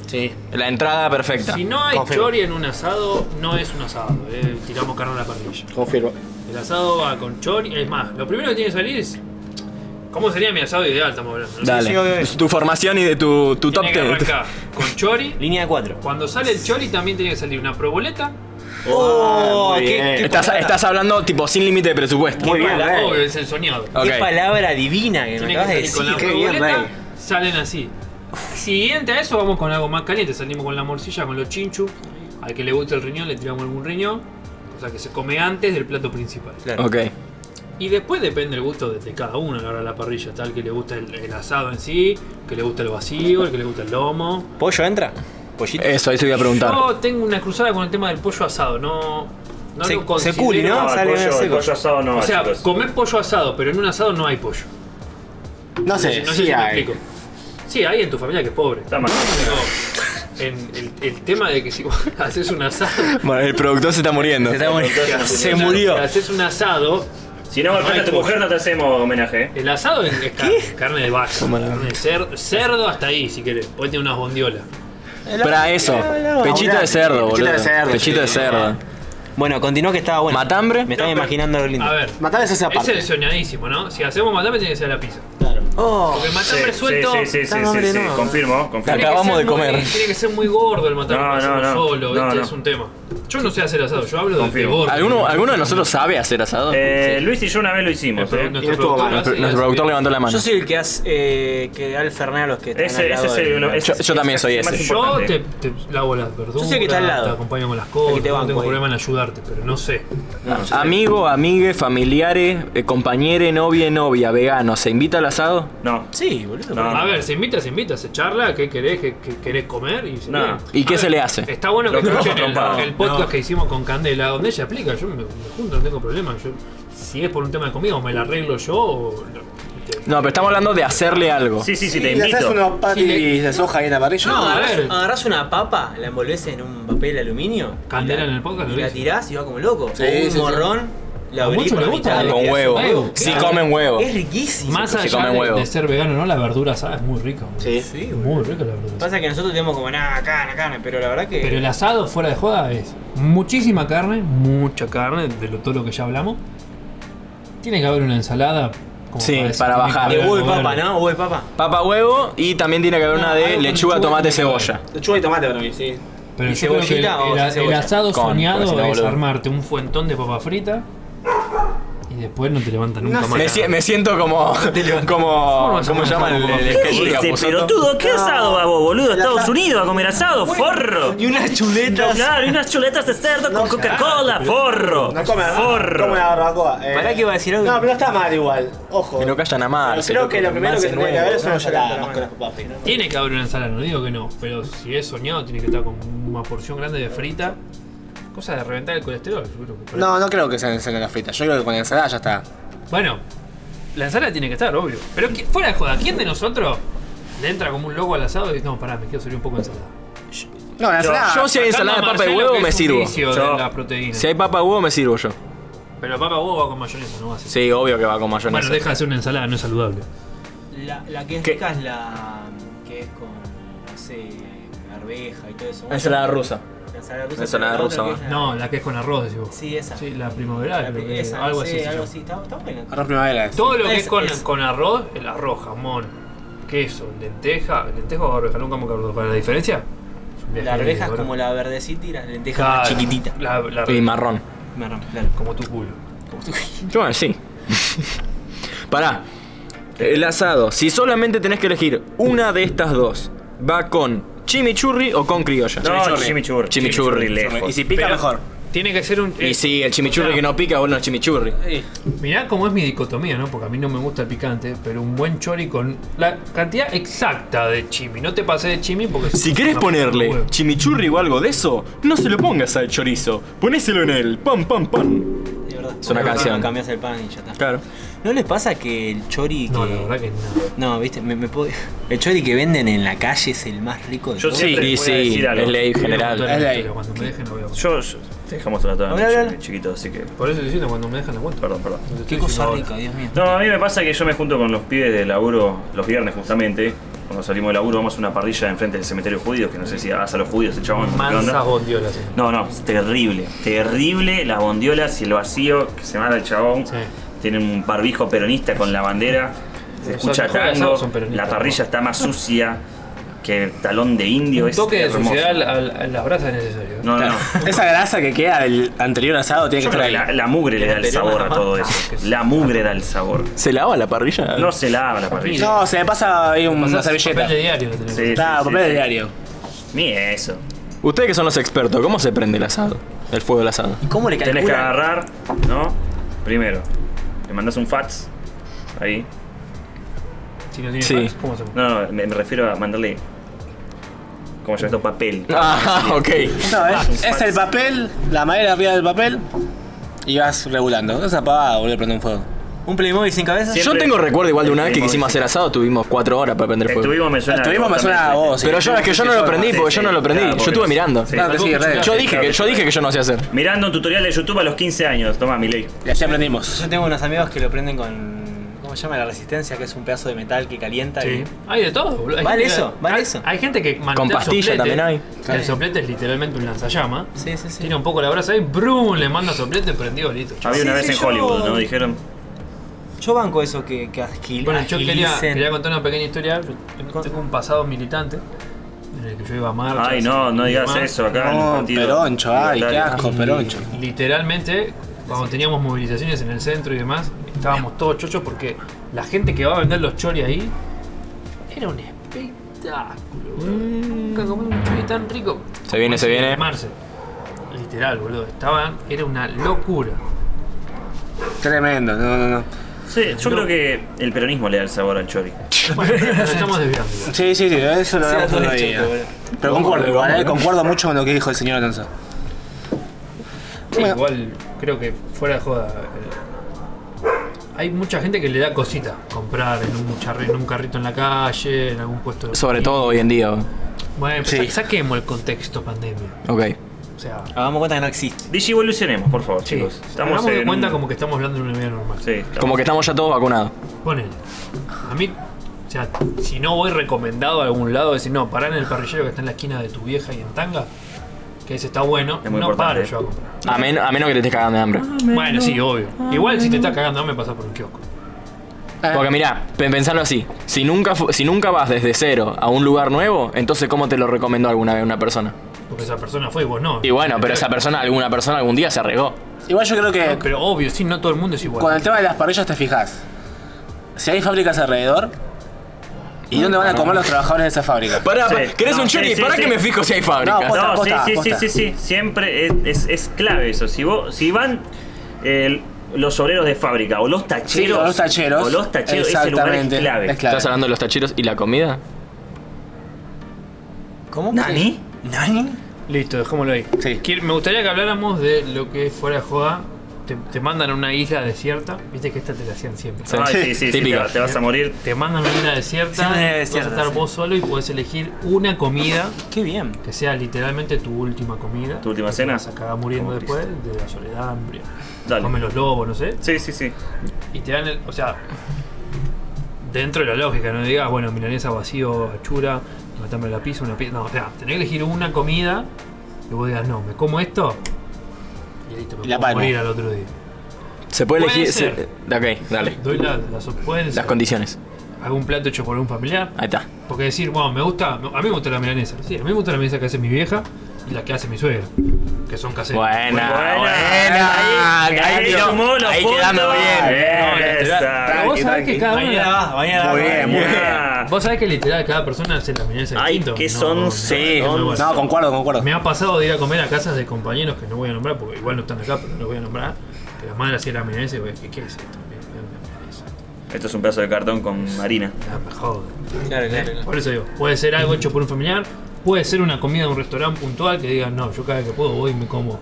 La entrada perfecta. Si no hay confirmo. chori en un asado, no es un asado. eh, tiramos carne a la parrilla. Confirmo. El asado va con chori. Es más, lo primero que tiene que salir es. ¿Cómo sería mi asado ideal? Estamos hablando. ¿no? Dale. sí, obvio. tu formación y de tu, tu top Tiene que 10. arrancar con chori. Línea de cuatro. Cuando sale el chori, también tiene que salir una proboleta. Ah, Oh, qué- qué, Estás, estás hablando tipo sin límite de presupuesto. Muy bien, eh. Obvio, Rey. es el soñado. Ok. Qué palabra divina que me Tiene que acabas de salir con decir. la qué bien, proboleta. Rey. Salen así. Siguiente a eso, vamos con algo más caliente. Salimos con la morcilla, con los chinchu. Al que le gusta el riñón le tiramos algún riñón, cosa que se come antes del plato principal. Claro. Ok. Y después depende el gusto de, de cada uno a la hora de la parrilla. Tal que le gusta el, el asado en sí, que le gusta el vacío, el que le gusta el lomo. ¿Pollo entra? ¿Pollito? Eso, ahí te voy a preguntar. Yo tengo una cruzada con el tema del pollo asado, no, no Se- lo considero. se culi, ¿no? el sale Ah, pollo, seco. el pollo asado no O va, sea, chicos. comés pollo asado, pero en un asado no hay pollo. No sé, No sé sí si me hay. explico. Sí, hay en tu familia que es pobre. Está mal. Pero en el, el tema de que si vos haces un asado. Bueno, el productor se está muriendo. Se, está muriendo. Se murió. Si haces un asado, Si no golpeaste a tu mujer, no te hacemos homenaje. ¿eh? el asado es, es car- carne de vaca, carne de cer- cerdo hasta ahí, si querés. Podés tener unas bondiolas. Para eso. Pechito de cerdo, boludo. Pechito de cerdo. Pechito de sí. cerdo. Bueno, continuó que estaba bueno. ¿Matambre? Me estaba imaginando lo lindo. A ver, Matambre es esa ese parte. es soñadísimo, ¿no? Si hacemos matambre, tiene que ser a la pizza. Oh, Porque el Sí, matambre suelto. Sí, sí, sí, sí, Está sí, hambre, sí. no. Confirmo, tiene confirmo. que Acabamos ser de muy- comer. tiene que ser muy gordo el matambre No, para no, hacerlo no. solo, No, este no. es un tema. Yo no sé hacer asado, yo hablo de- de Confirmo. gordo. ¿Alguno, ¿Alguno de nosotros sabe hacer asado? Eh, Luis y yo una vez lo hicimos. Nuestro- ¿eh? nuestro Y no estuvo productor mal. hace- Nuestro productor levantó la mano. Yo soy el que hace, eh, que da el fernet a los que están al Ese, lado ese es el, del- uno- ese Yo- es- yo también ese soy es el ese. más Yo importante. te, te lavo las verduras, Yo sé que está al lado. te acompaño con las El cosas, que te no banco tengo ahí. problema en ayudarte, pero no sé. Amigo, amigue, familiares, eh, compañere, novia, novia, vegano, ¿se invita al asado? No. Sí, boludo. No. A ver, se invita, se invita, se charla, qué querés, qué, qué querés comer y se No. viene. ¿Y A qué ver, se le hace? Está bueno que Lo que escuchen vamos el, trompado. el podcast que hicimos con Candela, donde ella explica, yo me, me junto, no tengo problema. Yo, si es por un tema de comida, o me la arreglo yo o... lo- te- No, pero estamos hablando de hacerle algo. Sí, sí, sí, te Y le haces invito. unos patis Sí, de soja ahí en la parrilla. No, a ver. Agarrás una papa, la envolvés en un papel aluminio. Candela y la- en el podcast, Y lo la dice. tirás y va como loco. Sí, O sí, un sí. morrón, la A abrís muchos por les la gusta mitad, la- le Con tirás un huevo. huevo, Si claro. comen huevo. Es riquísimo. Más Se allá come de, huevo. de ser vegano, ¿no? La verdura, ¿sabes? Es muy rica. boludo. Sí. Sí, boludo. Muy rica la verdura. Pasa que nosotros tenemos como nada, carne, carne, pero la verdad que. Pero el asado fuera de joda es muchísima carne, mucha carne, de lo, todo lo que ya hablamos. Tiene que haber una ensalada. Como Sí, decir, para tiene que bajar. haber de huevo y algo papa, verde. ¿no? Huevo y papa. Papa huevo y también tiene que haber No, una algo de con lechuga, lechuga tomate, tiene que haber. cebolla. Lechuga y tomate para mí, sí. Pero ¿Y yo creo que el, cebollita o el- el cebolla? asado Con, porque si soñado no, es boludo. armarte un fuentón de papa frita y después no te levanta nunca No sé. más. Me, si- me siento como. como. vas a ¿Cómo se llama comer? el, el, pues, el ¿Qué sketch de dice, Capusotto? Este pelotudo? ¿Qué asado va vos, boludo? Estados Unidos va a comer asado, forro. Y unas chuletas. Claro, y unas chuletas de cerdo con Coca-Cola, forro. No come, forro. come la barbacoa. eh. Pará que iba a decir algo. No, pero no está mal igual. Ojo. Que no callan a Pero Marce, creo que lo loco, primero que Marce tendría que nuevo. haber es una No, ensalada no, más con no. las papas fritas. Tiene que haber una ensalada, no digo que no, pero si es soñado tiene que estar con una porción grande de frita. Cosa de reventar el colesterol, yo creo que- No, no creo que sea ensalada frita. Yo creo que con ensalada ya está. Bueno, la ensalada tiene que estar, obvio. Pero qui- fuera de joda, ¿quién de nosotros le entra como un loco al asado y dice, no, pará, me quiero salir un poco de ensalada? No, la ensalada. Yo si hay Sacando ensalada de a papa y Marcelo, huevo que es me un sirvo. vicio Yo- de las proteínas. Si hay papa y huevo me sirvo yo. Pero papa huevo va con mayonesa, no va a ser. Sí, obvio que va con Bueno, mayonesa. deja de ser una ensalada, no es saludable. La, la que es ¿Qué? rica es la. que es con. no sé. arveja y todo eso. Ensalada rusa. La ensalada rusa. Ensalada pero la otra rusa, que es la- No, la que es con arroz, decís vos. Ah. Sí, esa. Sí, la primavera, La- creo que esa, algo no así. sé, se algo llama. así. Está, está buena. Arroz primavera. es. Todo lo que es, Es- con, es. con arroz, el arroz, jamón, queso, lenteja, lenteja o arveja, nunca me acuerdo cuál es la diferencia. Es un viaje La arveja es de- como la verdecita y la lenteja Claro, más chiquitita. La, la- Y marrón. Marrón, claro. como tu culo. Yo eh, sí. Pará. El asado. Si solamente tenés que elegir una de estas dos, ¿va con chimichurri o con criolla? No, chimichurri. Chimichurri. lejos. Y si pica, Pero- mejor. Tiene que ser un. Y eh, sí, el chimichurri que no pica, bueno, el chimichurri. Mirá cómo es mi dicotomía, ¿no? Porque a mí no me gusta el picante, pero un buen chori con la cantidad exacta de chimi. No te pases de chimi porque... Si querés ponerle chimichurri o algo de eso, no se lo pongas al chorizo. Ponéselo en el pam pam pam. De verdad. Es una No, no, canción. no, Cambiás el pan y ya está. Claro. ¿No les pasa que el chori que. No, la verdad que no. No, viste, me, me puedo- El chori que venden en la calle es el más rico de Yo todos. Sí, sí. Siempre y voy a sí, decir algo. es ley Quiero general. contar es una ley. historia, Cuando me dejen la voy a contar. Yo, yo- te dejamos tratar Habla, habla, habla. chiquito, así que. Por eso estoy diciendo, cuando me dejan la cuenta. Perdón, perdón. Qué cosa rica, Dios mío. No, a mí me pasa que yo me junto con los pibes de laburo los viernes justamente. Cuando salimos de laburo vamos a una parrilla enfrente del cementerio judío, que no sé si hace a los judíos el chabón. ¿qué onda? Mansas bondiolas. eh. No, no, es terrible. Terrible las bondiolas y el vacío que se manda el chabón. Sí. Tienen un barbijo peronista con la bandera. Se Pero escucha son- todas tango. son peronistas, La parrilla está más sucia que el talón de indio. Un es toque de hermoso. suciedad al- al- a las brasas es necesario. ¿eh? No, no, no. Esa grasa que queda del anterior asado tiene Yo que creo estar que la, ahí. la mugre le da el anterior sabor a nada todo más. eso. La mugre da el sabor. ¿Se lava la parrilla? No se lava la parrilla. No, se me pasa ahí una Pasás servilleta. papel de diario. tenés. Sí, Está, sí, sí, papel de sí. diario. Ni eso. Ustedes que son los expertos, ¿cómo se prende el asado? El fuego del asado. ¿Cómo le Tenés que calculan? agarrar, ¿no? Primero, le mandás un fax. Ahí. Si no tiene Sí. fax, ¿cómo hacemos? No, no, me, me refiero a mandarle. Como yo esto papel. Ah, ok. No, es- un fax. es el papel, la madera arriba del papel y vas regulando. Es apagada, boludo, prende un fuego. ¿Un Playmobil sin cabeza? Sí. Yo Siempre- tengo recuerdo igual de una vez que Tuvimos- quisimos hacer asado, tuvimos cuatro horas para prender fuego. Estuvimos, me suena. Estuvimos, me vos suena también, a vos. sí. Pero yo es que yo no lo aprendí, Sí, porque sí, yo no lo claro, aprendí. Yo pobre. estuve mirando. Sí. Claro que sí, re. Yo dije claro que que yo sí. dije que yo no sé hacer. Mirando un tutorial de YouTube a los 15 años. Toma, mi ley. Y así aprendimos. Yo tengo unos amigos que lo prenden con. ¿Cómo se llama? La resistencia, que es un pedazo de metal que calienta. Sí. y- Hay de todo, boludo. Hay Vale gente que- eso, vale hay, eso. Hay gente que mantiene Con pastilla también hay. El soplete es literalmente un lanzallama. Sí, sí, sí. Tiene un poco la brasa ahí, brum, le manda soplete prendido, listo. chao. Había Sí, una vez sí, en yo- Hollywood, ¿no? Dijeron. Yo banco eso que, que agil- Bueno, yo quería, agilicen. quería contar una pequeña historia. Yo tengo- tengo un pasado militante en el que yo iba a marchas. Ay, no, no y digas demás. eso acá. en el No, partido peroncho, ay, qué libertario. asco, peroncho. Literalmente, cuando teníamos movilizaciones en el centro y demás, estábamos todos chochos porque la gente que va a vender los choris ahí era un espectáculo. boludo. Mm. Nunca comí un chori tan rico. Se viene, se viene. Marce. Literal, boludo. Estaban, era una locura. Tremendo, no, no, no. Sí, yo creo que el peronismo le da el sabor al chori. Bueno, nos estamos desviando. igual. Sí, sí, sí, eso lo Sí, hablamos todo otro el día. choto, boludo. Pero concuerdo, igual, eh, concuerdo mucho con lo que dijo el señor Alonso. Sí, Bueno. igual creo que fuera de joda. eh, Hay mucha gente que le da cosita comprar en un, charri- en un carrito en la calle, en algún puesto. de Sobre comida. todo hoy en día. Bueno, Sí. sa- saquemos el contexto pandemia. Ok. O sea, Hagamos cuenta que no existe. Digivolucionemos, por favor, sí, chicos. hagamos de en cuenta un- como que estamos hablando de una vida normal. Sí, estamos- Como que estamos ya todos vacunados. Ponele. A mí, o sea, si no voy recomendado a algún lado, decir, no, pará en el parrillero que está en la esquina de tu vieja y en tanga, que ese está bueno, Es muy no paro importante, yo a comprar. A, men- a menos que te estés cagando de hambre. Bueno, sí, obvio. Igual si te estás cagando, me pasás por un kiosco. Porque mirá, pe- pensalo así. Si nunca, fu- si nunca vas desde cero a un lugar nuevo, entonces ¿cómo te lo recomendó alguna vez una persona? Porque esa persona fue y vos no. Y bueno, pero esa persona, alguna persona algún día se arregló. Igual yo creo que Pero obvio, sí, no todo el mundo es igual. con el tema de las parrillas te fijas. Si hay fábricas alrededor, ¿y dónde van a comer los trabajadores de esa fábrica? Pará, Sí. pará, ¿querés No, un sí, chori? sí, pará sí. que me fijo si hay fábricas. No, No, Posta, sí, sí, posta, sí, posta. sí, sí. Siempre es, es- es clave eso. Si vos, si van eh, los obreros de fábrica o los tacheros. Sí, o los tacheros. O los tacheros, ese lugar es Exactamente, clave. es clave. ¿Estás hablando de los tacheros y la comida? ¿Cómo? ¿Nani? ¿Nani? Listo, dejémoslo ahí. Sí. Quier- Me gustaría que habláramos de lo que es fuera de joda. Te, te mandan a una isla desierta. Viste que esta te la hacían siempre. Sí. Ay, sí, sí, sí, Típico. te, te vas a morir. Te mandan a una isla desierta. Sí, una isla vas desierta, a estar sí. vos solo y podés elegir una comida Qué bien. que sea literalmente tu última comida. ¿Tu última cena? Vas a cagar muriendo Como después de la soledad, hambre. Dale. Comen los lobos, no sé. Sí, sí, sí. Y te dan el. O sea. Dentro de la lógica, no digas, bueno, milanesa vacío, achura, matarme la pizza, una pizza. No, o sea, tenés que elegir una comida y vos digas, no, me como esto y listo, me Y la puedo palmo. morir al otro día. Se puede, Puede elegir. ser. se- ok, dale. Doy la- las opciones. Las condiciones. Algún plato hecho por un familiar. Ahí está. Porque decir, bueno, me gusta, a mí me gusta la milanesa. Sí, a mí me gusta la milanesa que hace mi vieja y la que hace mi suegra, que son caseras. Buena, Buena, buena. ahí- Ahí ahí quedó- sumó los ahí puntos. quedando bien. Eh, Pero Esa. vos sabés que cada una. Mañana vas, mañana vas. Muy bien, muy bien. Ah, Vos sabés que literal cada persona hace la milanesa Ay, distinto. que son- sí, es muy son- bueno. No, concuerdo, concuerdo. Me ha pasado de ir a comer a casas de compañeros que no voy a nombrar, porque igual no están acá, pero no los voy a nombrar. Que la madre hacía la milanesa y voy a decir, ¿qué es esto? Esto es un pedazo de cartón con harina. La me jode. Claro, claro. claro. Por eso digo, puede ser algo hecho por un familiar, puede ser una comida de un restaurante puntual que digan, no, yo cada vez que puedo voy y me como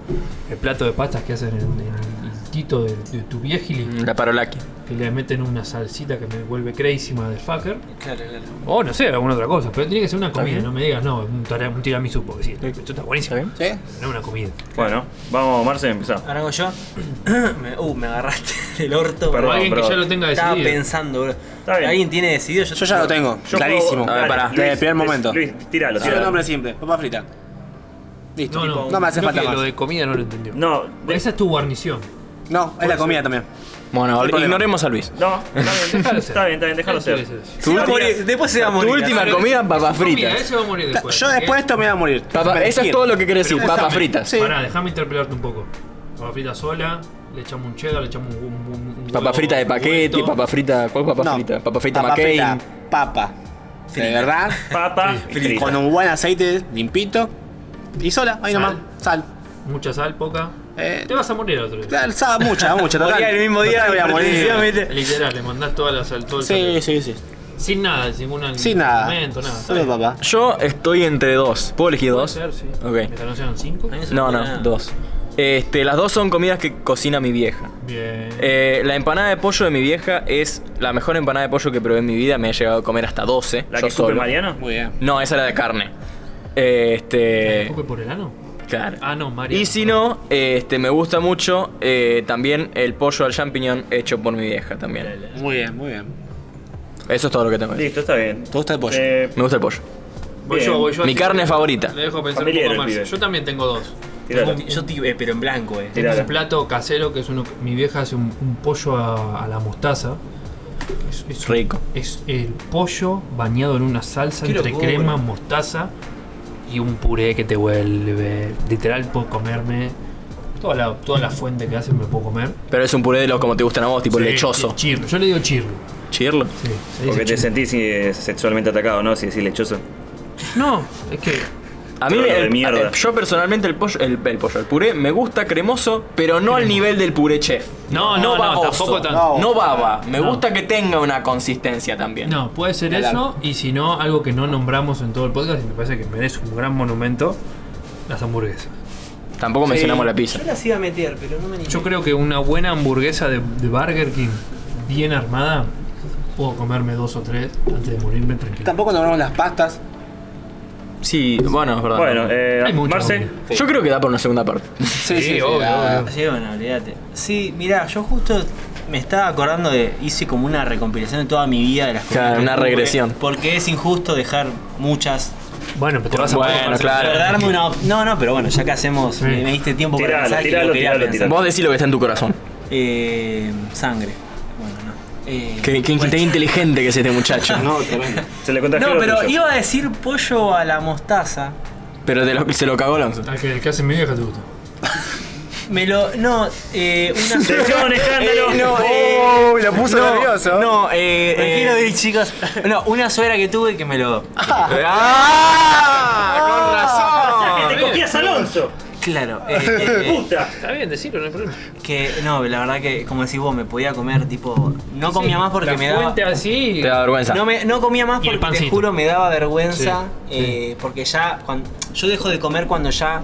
el plato de pastas que hacen en, en el tito de, de tu Mm. viejili, La parolaki. que le meten una salsita que me vuelve crazy motherfucker. claro, claro. O Oh, no sé, alguna otra cosa, pero tiene que ser una comida, bien. no me digas, no, un, tira- un tiramisú, porque sí, esto está buenísimo, ¿Está bien? ¿Sí? no es una comida. Bueno, vamos, Marce, empezá. Ahora hago yo. Me- uh, me agarraste del orto. Perdón, o alguien bro. que ya lo tenga Estaba decidido. pensando, bro. bien. ¿Alguien tiene decidido? Yo ya lo tengo, Yo clarísimo. puedo- A ver, Dale, pará. Luis, Desde el primer Luis, momento. Luis, tiralo, Soy un tiralo. hombre simple, papa frita. Listo. No, no, me hace creo falta que más. lo de comida no lo entendió. No, de- Esa es tu guarnición. No, es la comida también. Bueno, problema. ignoremos a Luis. no, está bien, Déjalo está bien, está bien, déjalo Déjalo ser. ser. Tu, Va a morir, Después se va a tu morir. última Pero- comida, papas Comida, fritas. ese va a morir después. Yo después de esto me voy a morir. Papa- eso es todo lo que querés decir, papas fritas. Sí. Pará, déjame interpelarte un poco. Papa frita sola, le echamos un cheddar, le echamos un. un, un- un Papa huevo frita de paquete, revuelto. papa frita. ¿Cuál papa No. frita? Papa frita Papa frita, McCain. Papa. De verdad. Papa y frita. Con un buen aceite limpito. Y sola, ahí Sal. nomás. Sal. Mucha sal, poca. Eh, Te vas a morir al otro día. claro, sal, mucha, mucha. total. Moría el mismo día Total, voy de a hipertensión, morir. ¿viste? Literal, le mandás toda la sal, todo el Sí, sal. sí, sí. Sin nada, sin ningún Sin nada. alimento, nada. Solo Puede papá. Yo estoy entre dos. ¿Puedo elegir dos? ser, sí. Ok. ¿Mientras no sean cinco? No, no, dos. Este, las dos son comidas que cocina mi vieja. Bien. Eh, la empanada de pollo de mi vieja es la mejor empanada de pollo que probé en mi vida. Me he llegado a comer hasta 12. ¿La yo que escupe solo. Mariano? Muy bien. No, esa era de carne. Eh, Este. ¿Escupe por el ano? Claro. Ah, no, Mariano. Y si no, este, me gusta mucho eh, también el pollo al champiñón hecho por mi vieja también. Muy bien, muy bien. Eso es todo lo que tengo. que decir. Listo, está bien. ¿Te gusta el pollo? Eh, Me gusta el pollo. Voy Bien. yo, voy yo. Mi así carne que favorita. Le dejo pensar Familiar un el poco pibe. más. Yo también tengo dos. tirala. Yo tive, pero en blanco, eh. Tengo Tirala. un plato casero que es uno. Mi vieja hace un, un pollo a, a la mostaza. Es, es un- Rico. Es el pollo bañado en una salsa Qué entre locura. crema, mostaza y un puré que te vuelve. Literal, puedo comerme. Toda la, toda la fuente que hacen me puedo comer. Pero es un puré de los como te gustan a vos, tipo Sí, lechoso. Chirlo. Yo le digo chirlo. Chirlo. Sí, se dice Porque te chirlo. sentís eh, sexualmente atacado, ¿no? Si decís lechoso. No, es que A mí, Trono de el- mierda. el- yo personalmente el pollo, el, el pollo, el puré me gusta cremoso, pero no al nivel del puré chef. No, no, no, baboso, tampoco tan- No, baba. Me No. gusta que tenga una consistencia también. No, puede ser El eso, y si no, algo que no nombramos en todo el podcast y me parece que merece un gran monumento, las hamburguesas. Tampoco mencionamos la pizza. Yo las iba a meter, pero no me animé. Yo creo que una buena hamburguesa de, de Burger King, bien armada, puedo comerme dos o tres antes de morirme tranquilo. Tampoco nombramos las pastas. Sí, bueno, es verdad. Bueno, eh, Hay mucho Marce, hambre. yo creo que da por una segunda parte. Sí, sí, sí, obvio, la- Sí, bueno, olvídate. Sí, mirá, yo justo me estaba acordando de. Hice como una recompilación de toda mi vida de las cosas. Claro, que una tuve, regresión. Porque es injusto dejar muchas. Bueno, pero te vas a Bueno, poder- claro. Pero darme una op- No, no, pero bueno, ya que hacemos. Sí. Me, me diste tiempo Tiralo, para pensar que tiralo, lo quería tiralo, pensar. tiralo. Vos decís lo que está en tu corazón. Eh, sangre. Bueno, no. Eh, Qué, qué bueno. inteligente que es este muchacho. se le contagió No, lo pero tuyo. iba a decir pollo a la mostaza. Pero te lo- se lo cagó Alonso. Al que, el que hace mi vieja te gusta. Me lo. No, eh, una. ¡Atención, escándalo! Uy, lo puso nervioso. No, eh. Tranquilo, eh, Vic, chicos. No, una suegra que tuve que me lo. ¡Ah! ¡Te copias Alonso! Claro. eh, eh, eh, ¡Puta! Está bien, decirlo, no hay problema. que no, la verdad que, como decís vos, me podía comer, tipo. No comía más porque La me daba. fuente así. Te da vergüenza. No, me- no comía más Y el porque te pancito. juro me daba vergüenza. Sí, eh, Porque ya. cuan- yo dejo de comer cuando ya.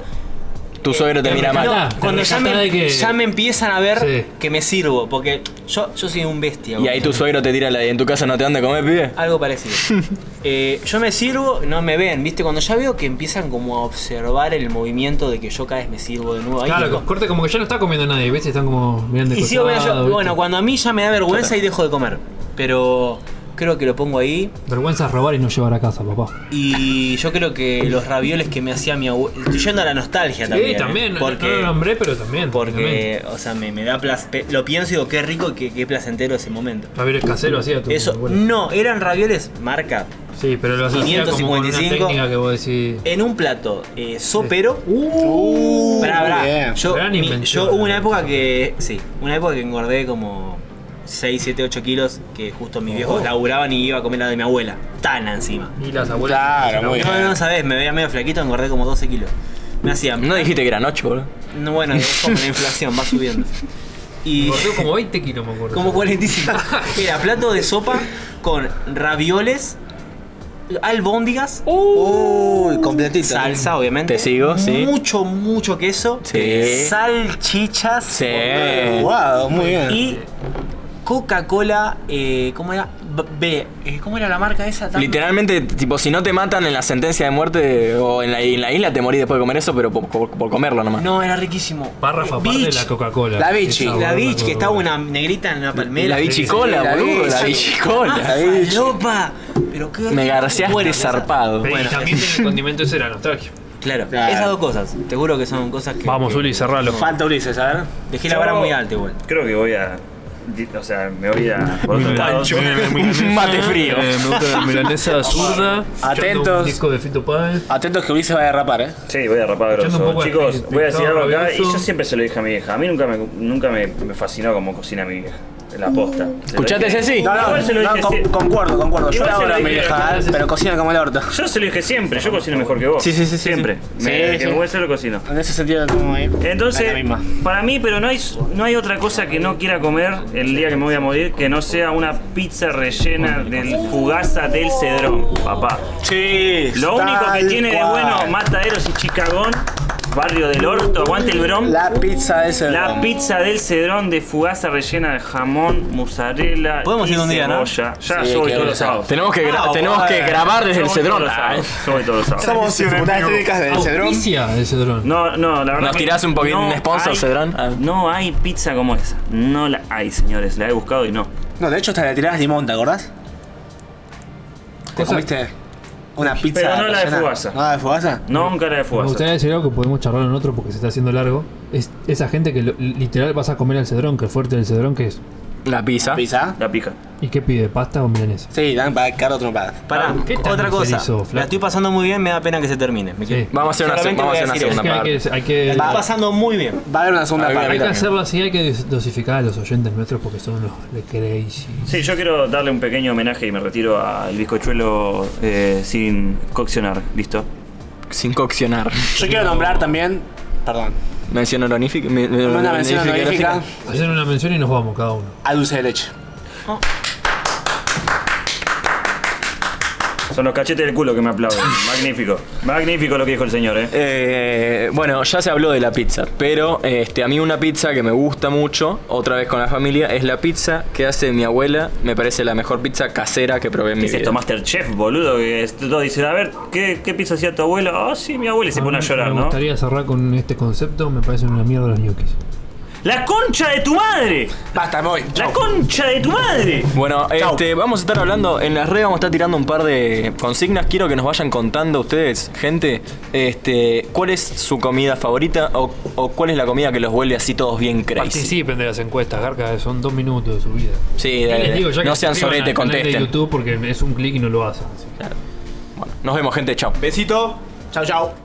tu suegro te eh, mira no, mal. mal. cuando ya Te rescatás me, de que- ya me empiezan a ver Sí. que me sirvo. Porque yo, yo soy un Y bestia. boludo. ahí tu suegro te tira la de en tu casa no te dan de comer, pibe. Algo parecido. Eh, yo me sirvo, no me ven, ¿viste? Cuando ya veo que empiezan como a observar el movimiento de que yo cada vez me sirvo de nuevo. ahí Claro, digo, co- corte como que ya no está comiendo nadie, ¿ves? Están como mirando de y sigo medio yo- costado, Ah, ¿viste? bueno, cuando a mí ya me da vergüenza y dejo de comer. Pero creo que lo pongo ahí. Vergüenza es robar y no llevar a casa, papá. Y yo creo que los ravioles que me hacía mi abuelo. Estoy yendo a la nostalgia también. Sí, ¿eh? también. Porque, No lo nombré, pero también. obviamente. porque o sea, me, me da placer. Lo pienso y digo, qué rico y qué, qué placentero ese momento. Javier es casero, hacía tu Eso, Mm. abuela. no, eran ravioles marca. Sí, pero lo hacía como con una 555. técnica que vos decís. En un plato, eh, sopero. Uh, Pará, pará. muy bien. Yo, Gran mi- invención. yo hubo una época que. Sí, una época que engordé como 6, 7, 8 kilos. Que justo mis viejos Oh. laburaban y iba a comer la de mi abuela. Tana encima. Y las abuelas. Claro, muy No, bien. no sabes, me veía medio flaquito, engordé como 12 kilos. Me hacían. No dijiste que era noche, boludo. No, bueno, es como la inflación, va subiendo. Y. Engordó como 20 kilos, me acuerdo. Como 45. Era plato de sopa con ravioles, albóndigas. Uy, completito. Salsa, obviamente. Te sigo, sí. Mucho, mucho queso. Sí. Salchichas. Sí. Wow, muy bien. Y Coca-Cola. eh, ¿Cómo era? B. B- eh, ¿Cómo era la marca esa? Tan- Literalmente, tipo, si no te matan en la sentencia de muerte o en la, en la isla, te morís después de comer eso, pero por, por- por comerlo nomás. No, era riquísimo. Párrafo Eh, aparte de Beach. la Coca-Cola. La Vichy. Esa, La boludo, Beach, me que estaba acuerdo. una negrita en la palmera. la bichicola, sí, la boludo, la bichi. bichicola. ¡Lopa! Pero qué Me garceaste bueno, esa- zarpado. Pero y Bueno, también el condimento ese era nostalgia. Claro, Claro. esas dos cosas. Te juro que son cosas que. Vamos, que- Uli, cerralo. Falta Ulises, a ver. Dejé la vara muy alta igual. Creo que voy a... O sea, me voy a... por otro lado. Un mate frío. Eh, me gusta la milanesa zurda. escuchando Un Atentos. disco de Fito Páez. Atentos que Ulises va a derrapar, eh. Sí, voy a rapar Escuchando un grosso. poco de Chicos, gente, voy a decir todo algo acá y rabioso. yo siempre se lo dije a mi vieja. A mí nunca me, nunca me, me fascinó cómo cocina mi vieja. la Mm. posta. ¿Escuchaste, Ceci? No, No, Igual se lo no, dije con- sie- concuerdo, concuerdo. Yo Igual la se lo adoro a mi dije, vieja, entonces- ¿eh? pero cocina como el orto. Yo se lo dije siempre, yo cocino mejor que vos. Sí, sí, sí, sí, Siempre. sí. Me- Sí, que sí. vos se lo cocino. En ese sentido, como ahí. Entonces, la misma. para mí, pero no hay, no hay otra cosa que no quiera comer el día que me voy a morir que no sea una pizza rellena del fugaza del cedrón, papá. Sí, Lo único que tal tiene de cual. bueno Mataderos y Chicagón, barrio del orto, aguante el bron. La pizza de ese. La pizza del cedrón de fugaza rellena de jamón, mozzarella. Podemos y ir un día, ¿no? cebolla. Ya Sí, soy qué todos los belleza. sábados. Tenemos que, gra- Ah, tenemos que bueno. grabar desde el Yo voy todos Cedrón. los sábados, yo voy todos los sábados. Somos dificultades técnicas del Cedrón. Auspicia de Cedrón. No, no, la verdad. ¿Nos que tirás un poquito de sponsor, hay- Cedrón? Ah. No hay pizza como esa. No la hay, señores. La he buscado y no. No, de hecho, hasta le tirabas limón, ¿te acordás? ¿Te Cosa- comiste una pizza? Pero no la de rellena? fugaza. ¿No la de fugaza? Ah, Nunca la he Me fugaza. gustaría decir algo que podemos charlar en otro porque se está haciendo largo. Es esa gente que lo- literal vas a comer al cedrón, que el fuerte del cedrón que es. La pizza. ¿Pizza? La pija. ¿Y qué pide? ¿Pasta o milanesa? Sí, dan para carro trompada. Pará, ¿qué tan otra cosa. feliz sos, la flaco? estoy pasando muy bien, me da pena que se termine. Me Sí. quedo- Vamos a hacer una, se- Solamente vamos a voy a hacer una decir segunda Es que hay parte. que, hay que, La estoy pasando muy bien. Va a haber una segunda Ahí parte. hay que también. hacerlo así, hay que dos- dosificar a los oyentes nuestros porque son los le crazy. Sí, yo quiero darle un pequeño homenaje y me retiro al bizcochuelo eh, sin coccionar. ¿Listo? Sin coccionar. Yo quiero nombrar también. Perdón. Mención honorífica. me- me- Una mención honorífica. honorífica Hacer una mención y nos vamos cada uno. a dulce de leche. Son los cachetes del culo que me aplauden. Magnífico. Magnífico lo que dijo el señor, ¿eh? Eh, bueno, ya se habló de la pizza, pero este, a mí una pizza que me gusta mucho, otra vez con la familia, es la pizza que hace mi abuela. Me parece la mejor pizza casera que probé en ¿Qué mi es vida. Eh, esto? Masterchef, boludo. Que es- todos dicen, a ver, ¿qué, qué pizza hacía tu abuelo? Ah, sí, mi abuelo. Y se pone a llorar, Me ¿no? gustaría cerrar con este concepto, me parecen una mierda los ñoquis. ¡La concha de tu madre! Basta, me voy. Chau. ¡La concha de tu madre! Bueno, este, vamos a estar hablando, en las redes vamos a estar tirando un par de consignas. Quiero que nos vayan contando ustedes, gente, este, cuál es su comida favorita o, o cuál es la comida que los vuelve así todos bien crazy. Participen de las encuestas, Garca, son dos minutos de su vida. Sí, Y dale, les dale. digo, ya que no sean se suscriban sorete, al canal de contesten. YouTube porque es un clic y no lo hacen. así que- Nos vemos, gente, chao. Besito. Chau, chau.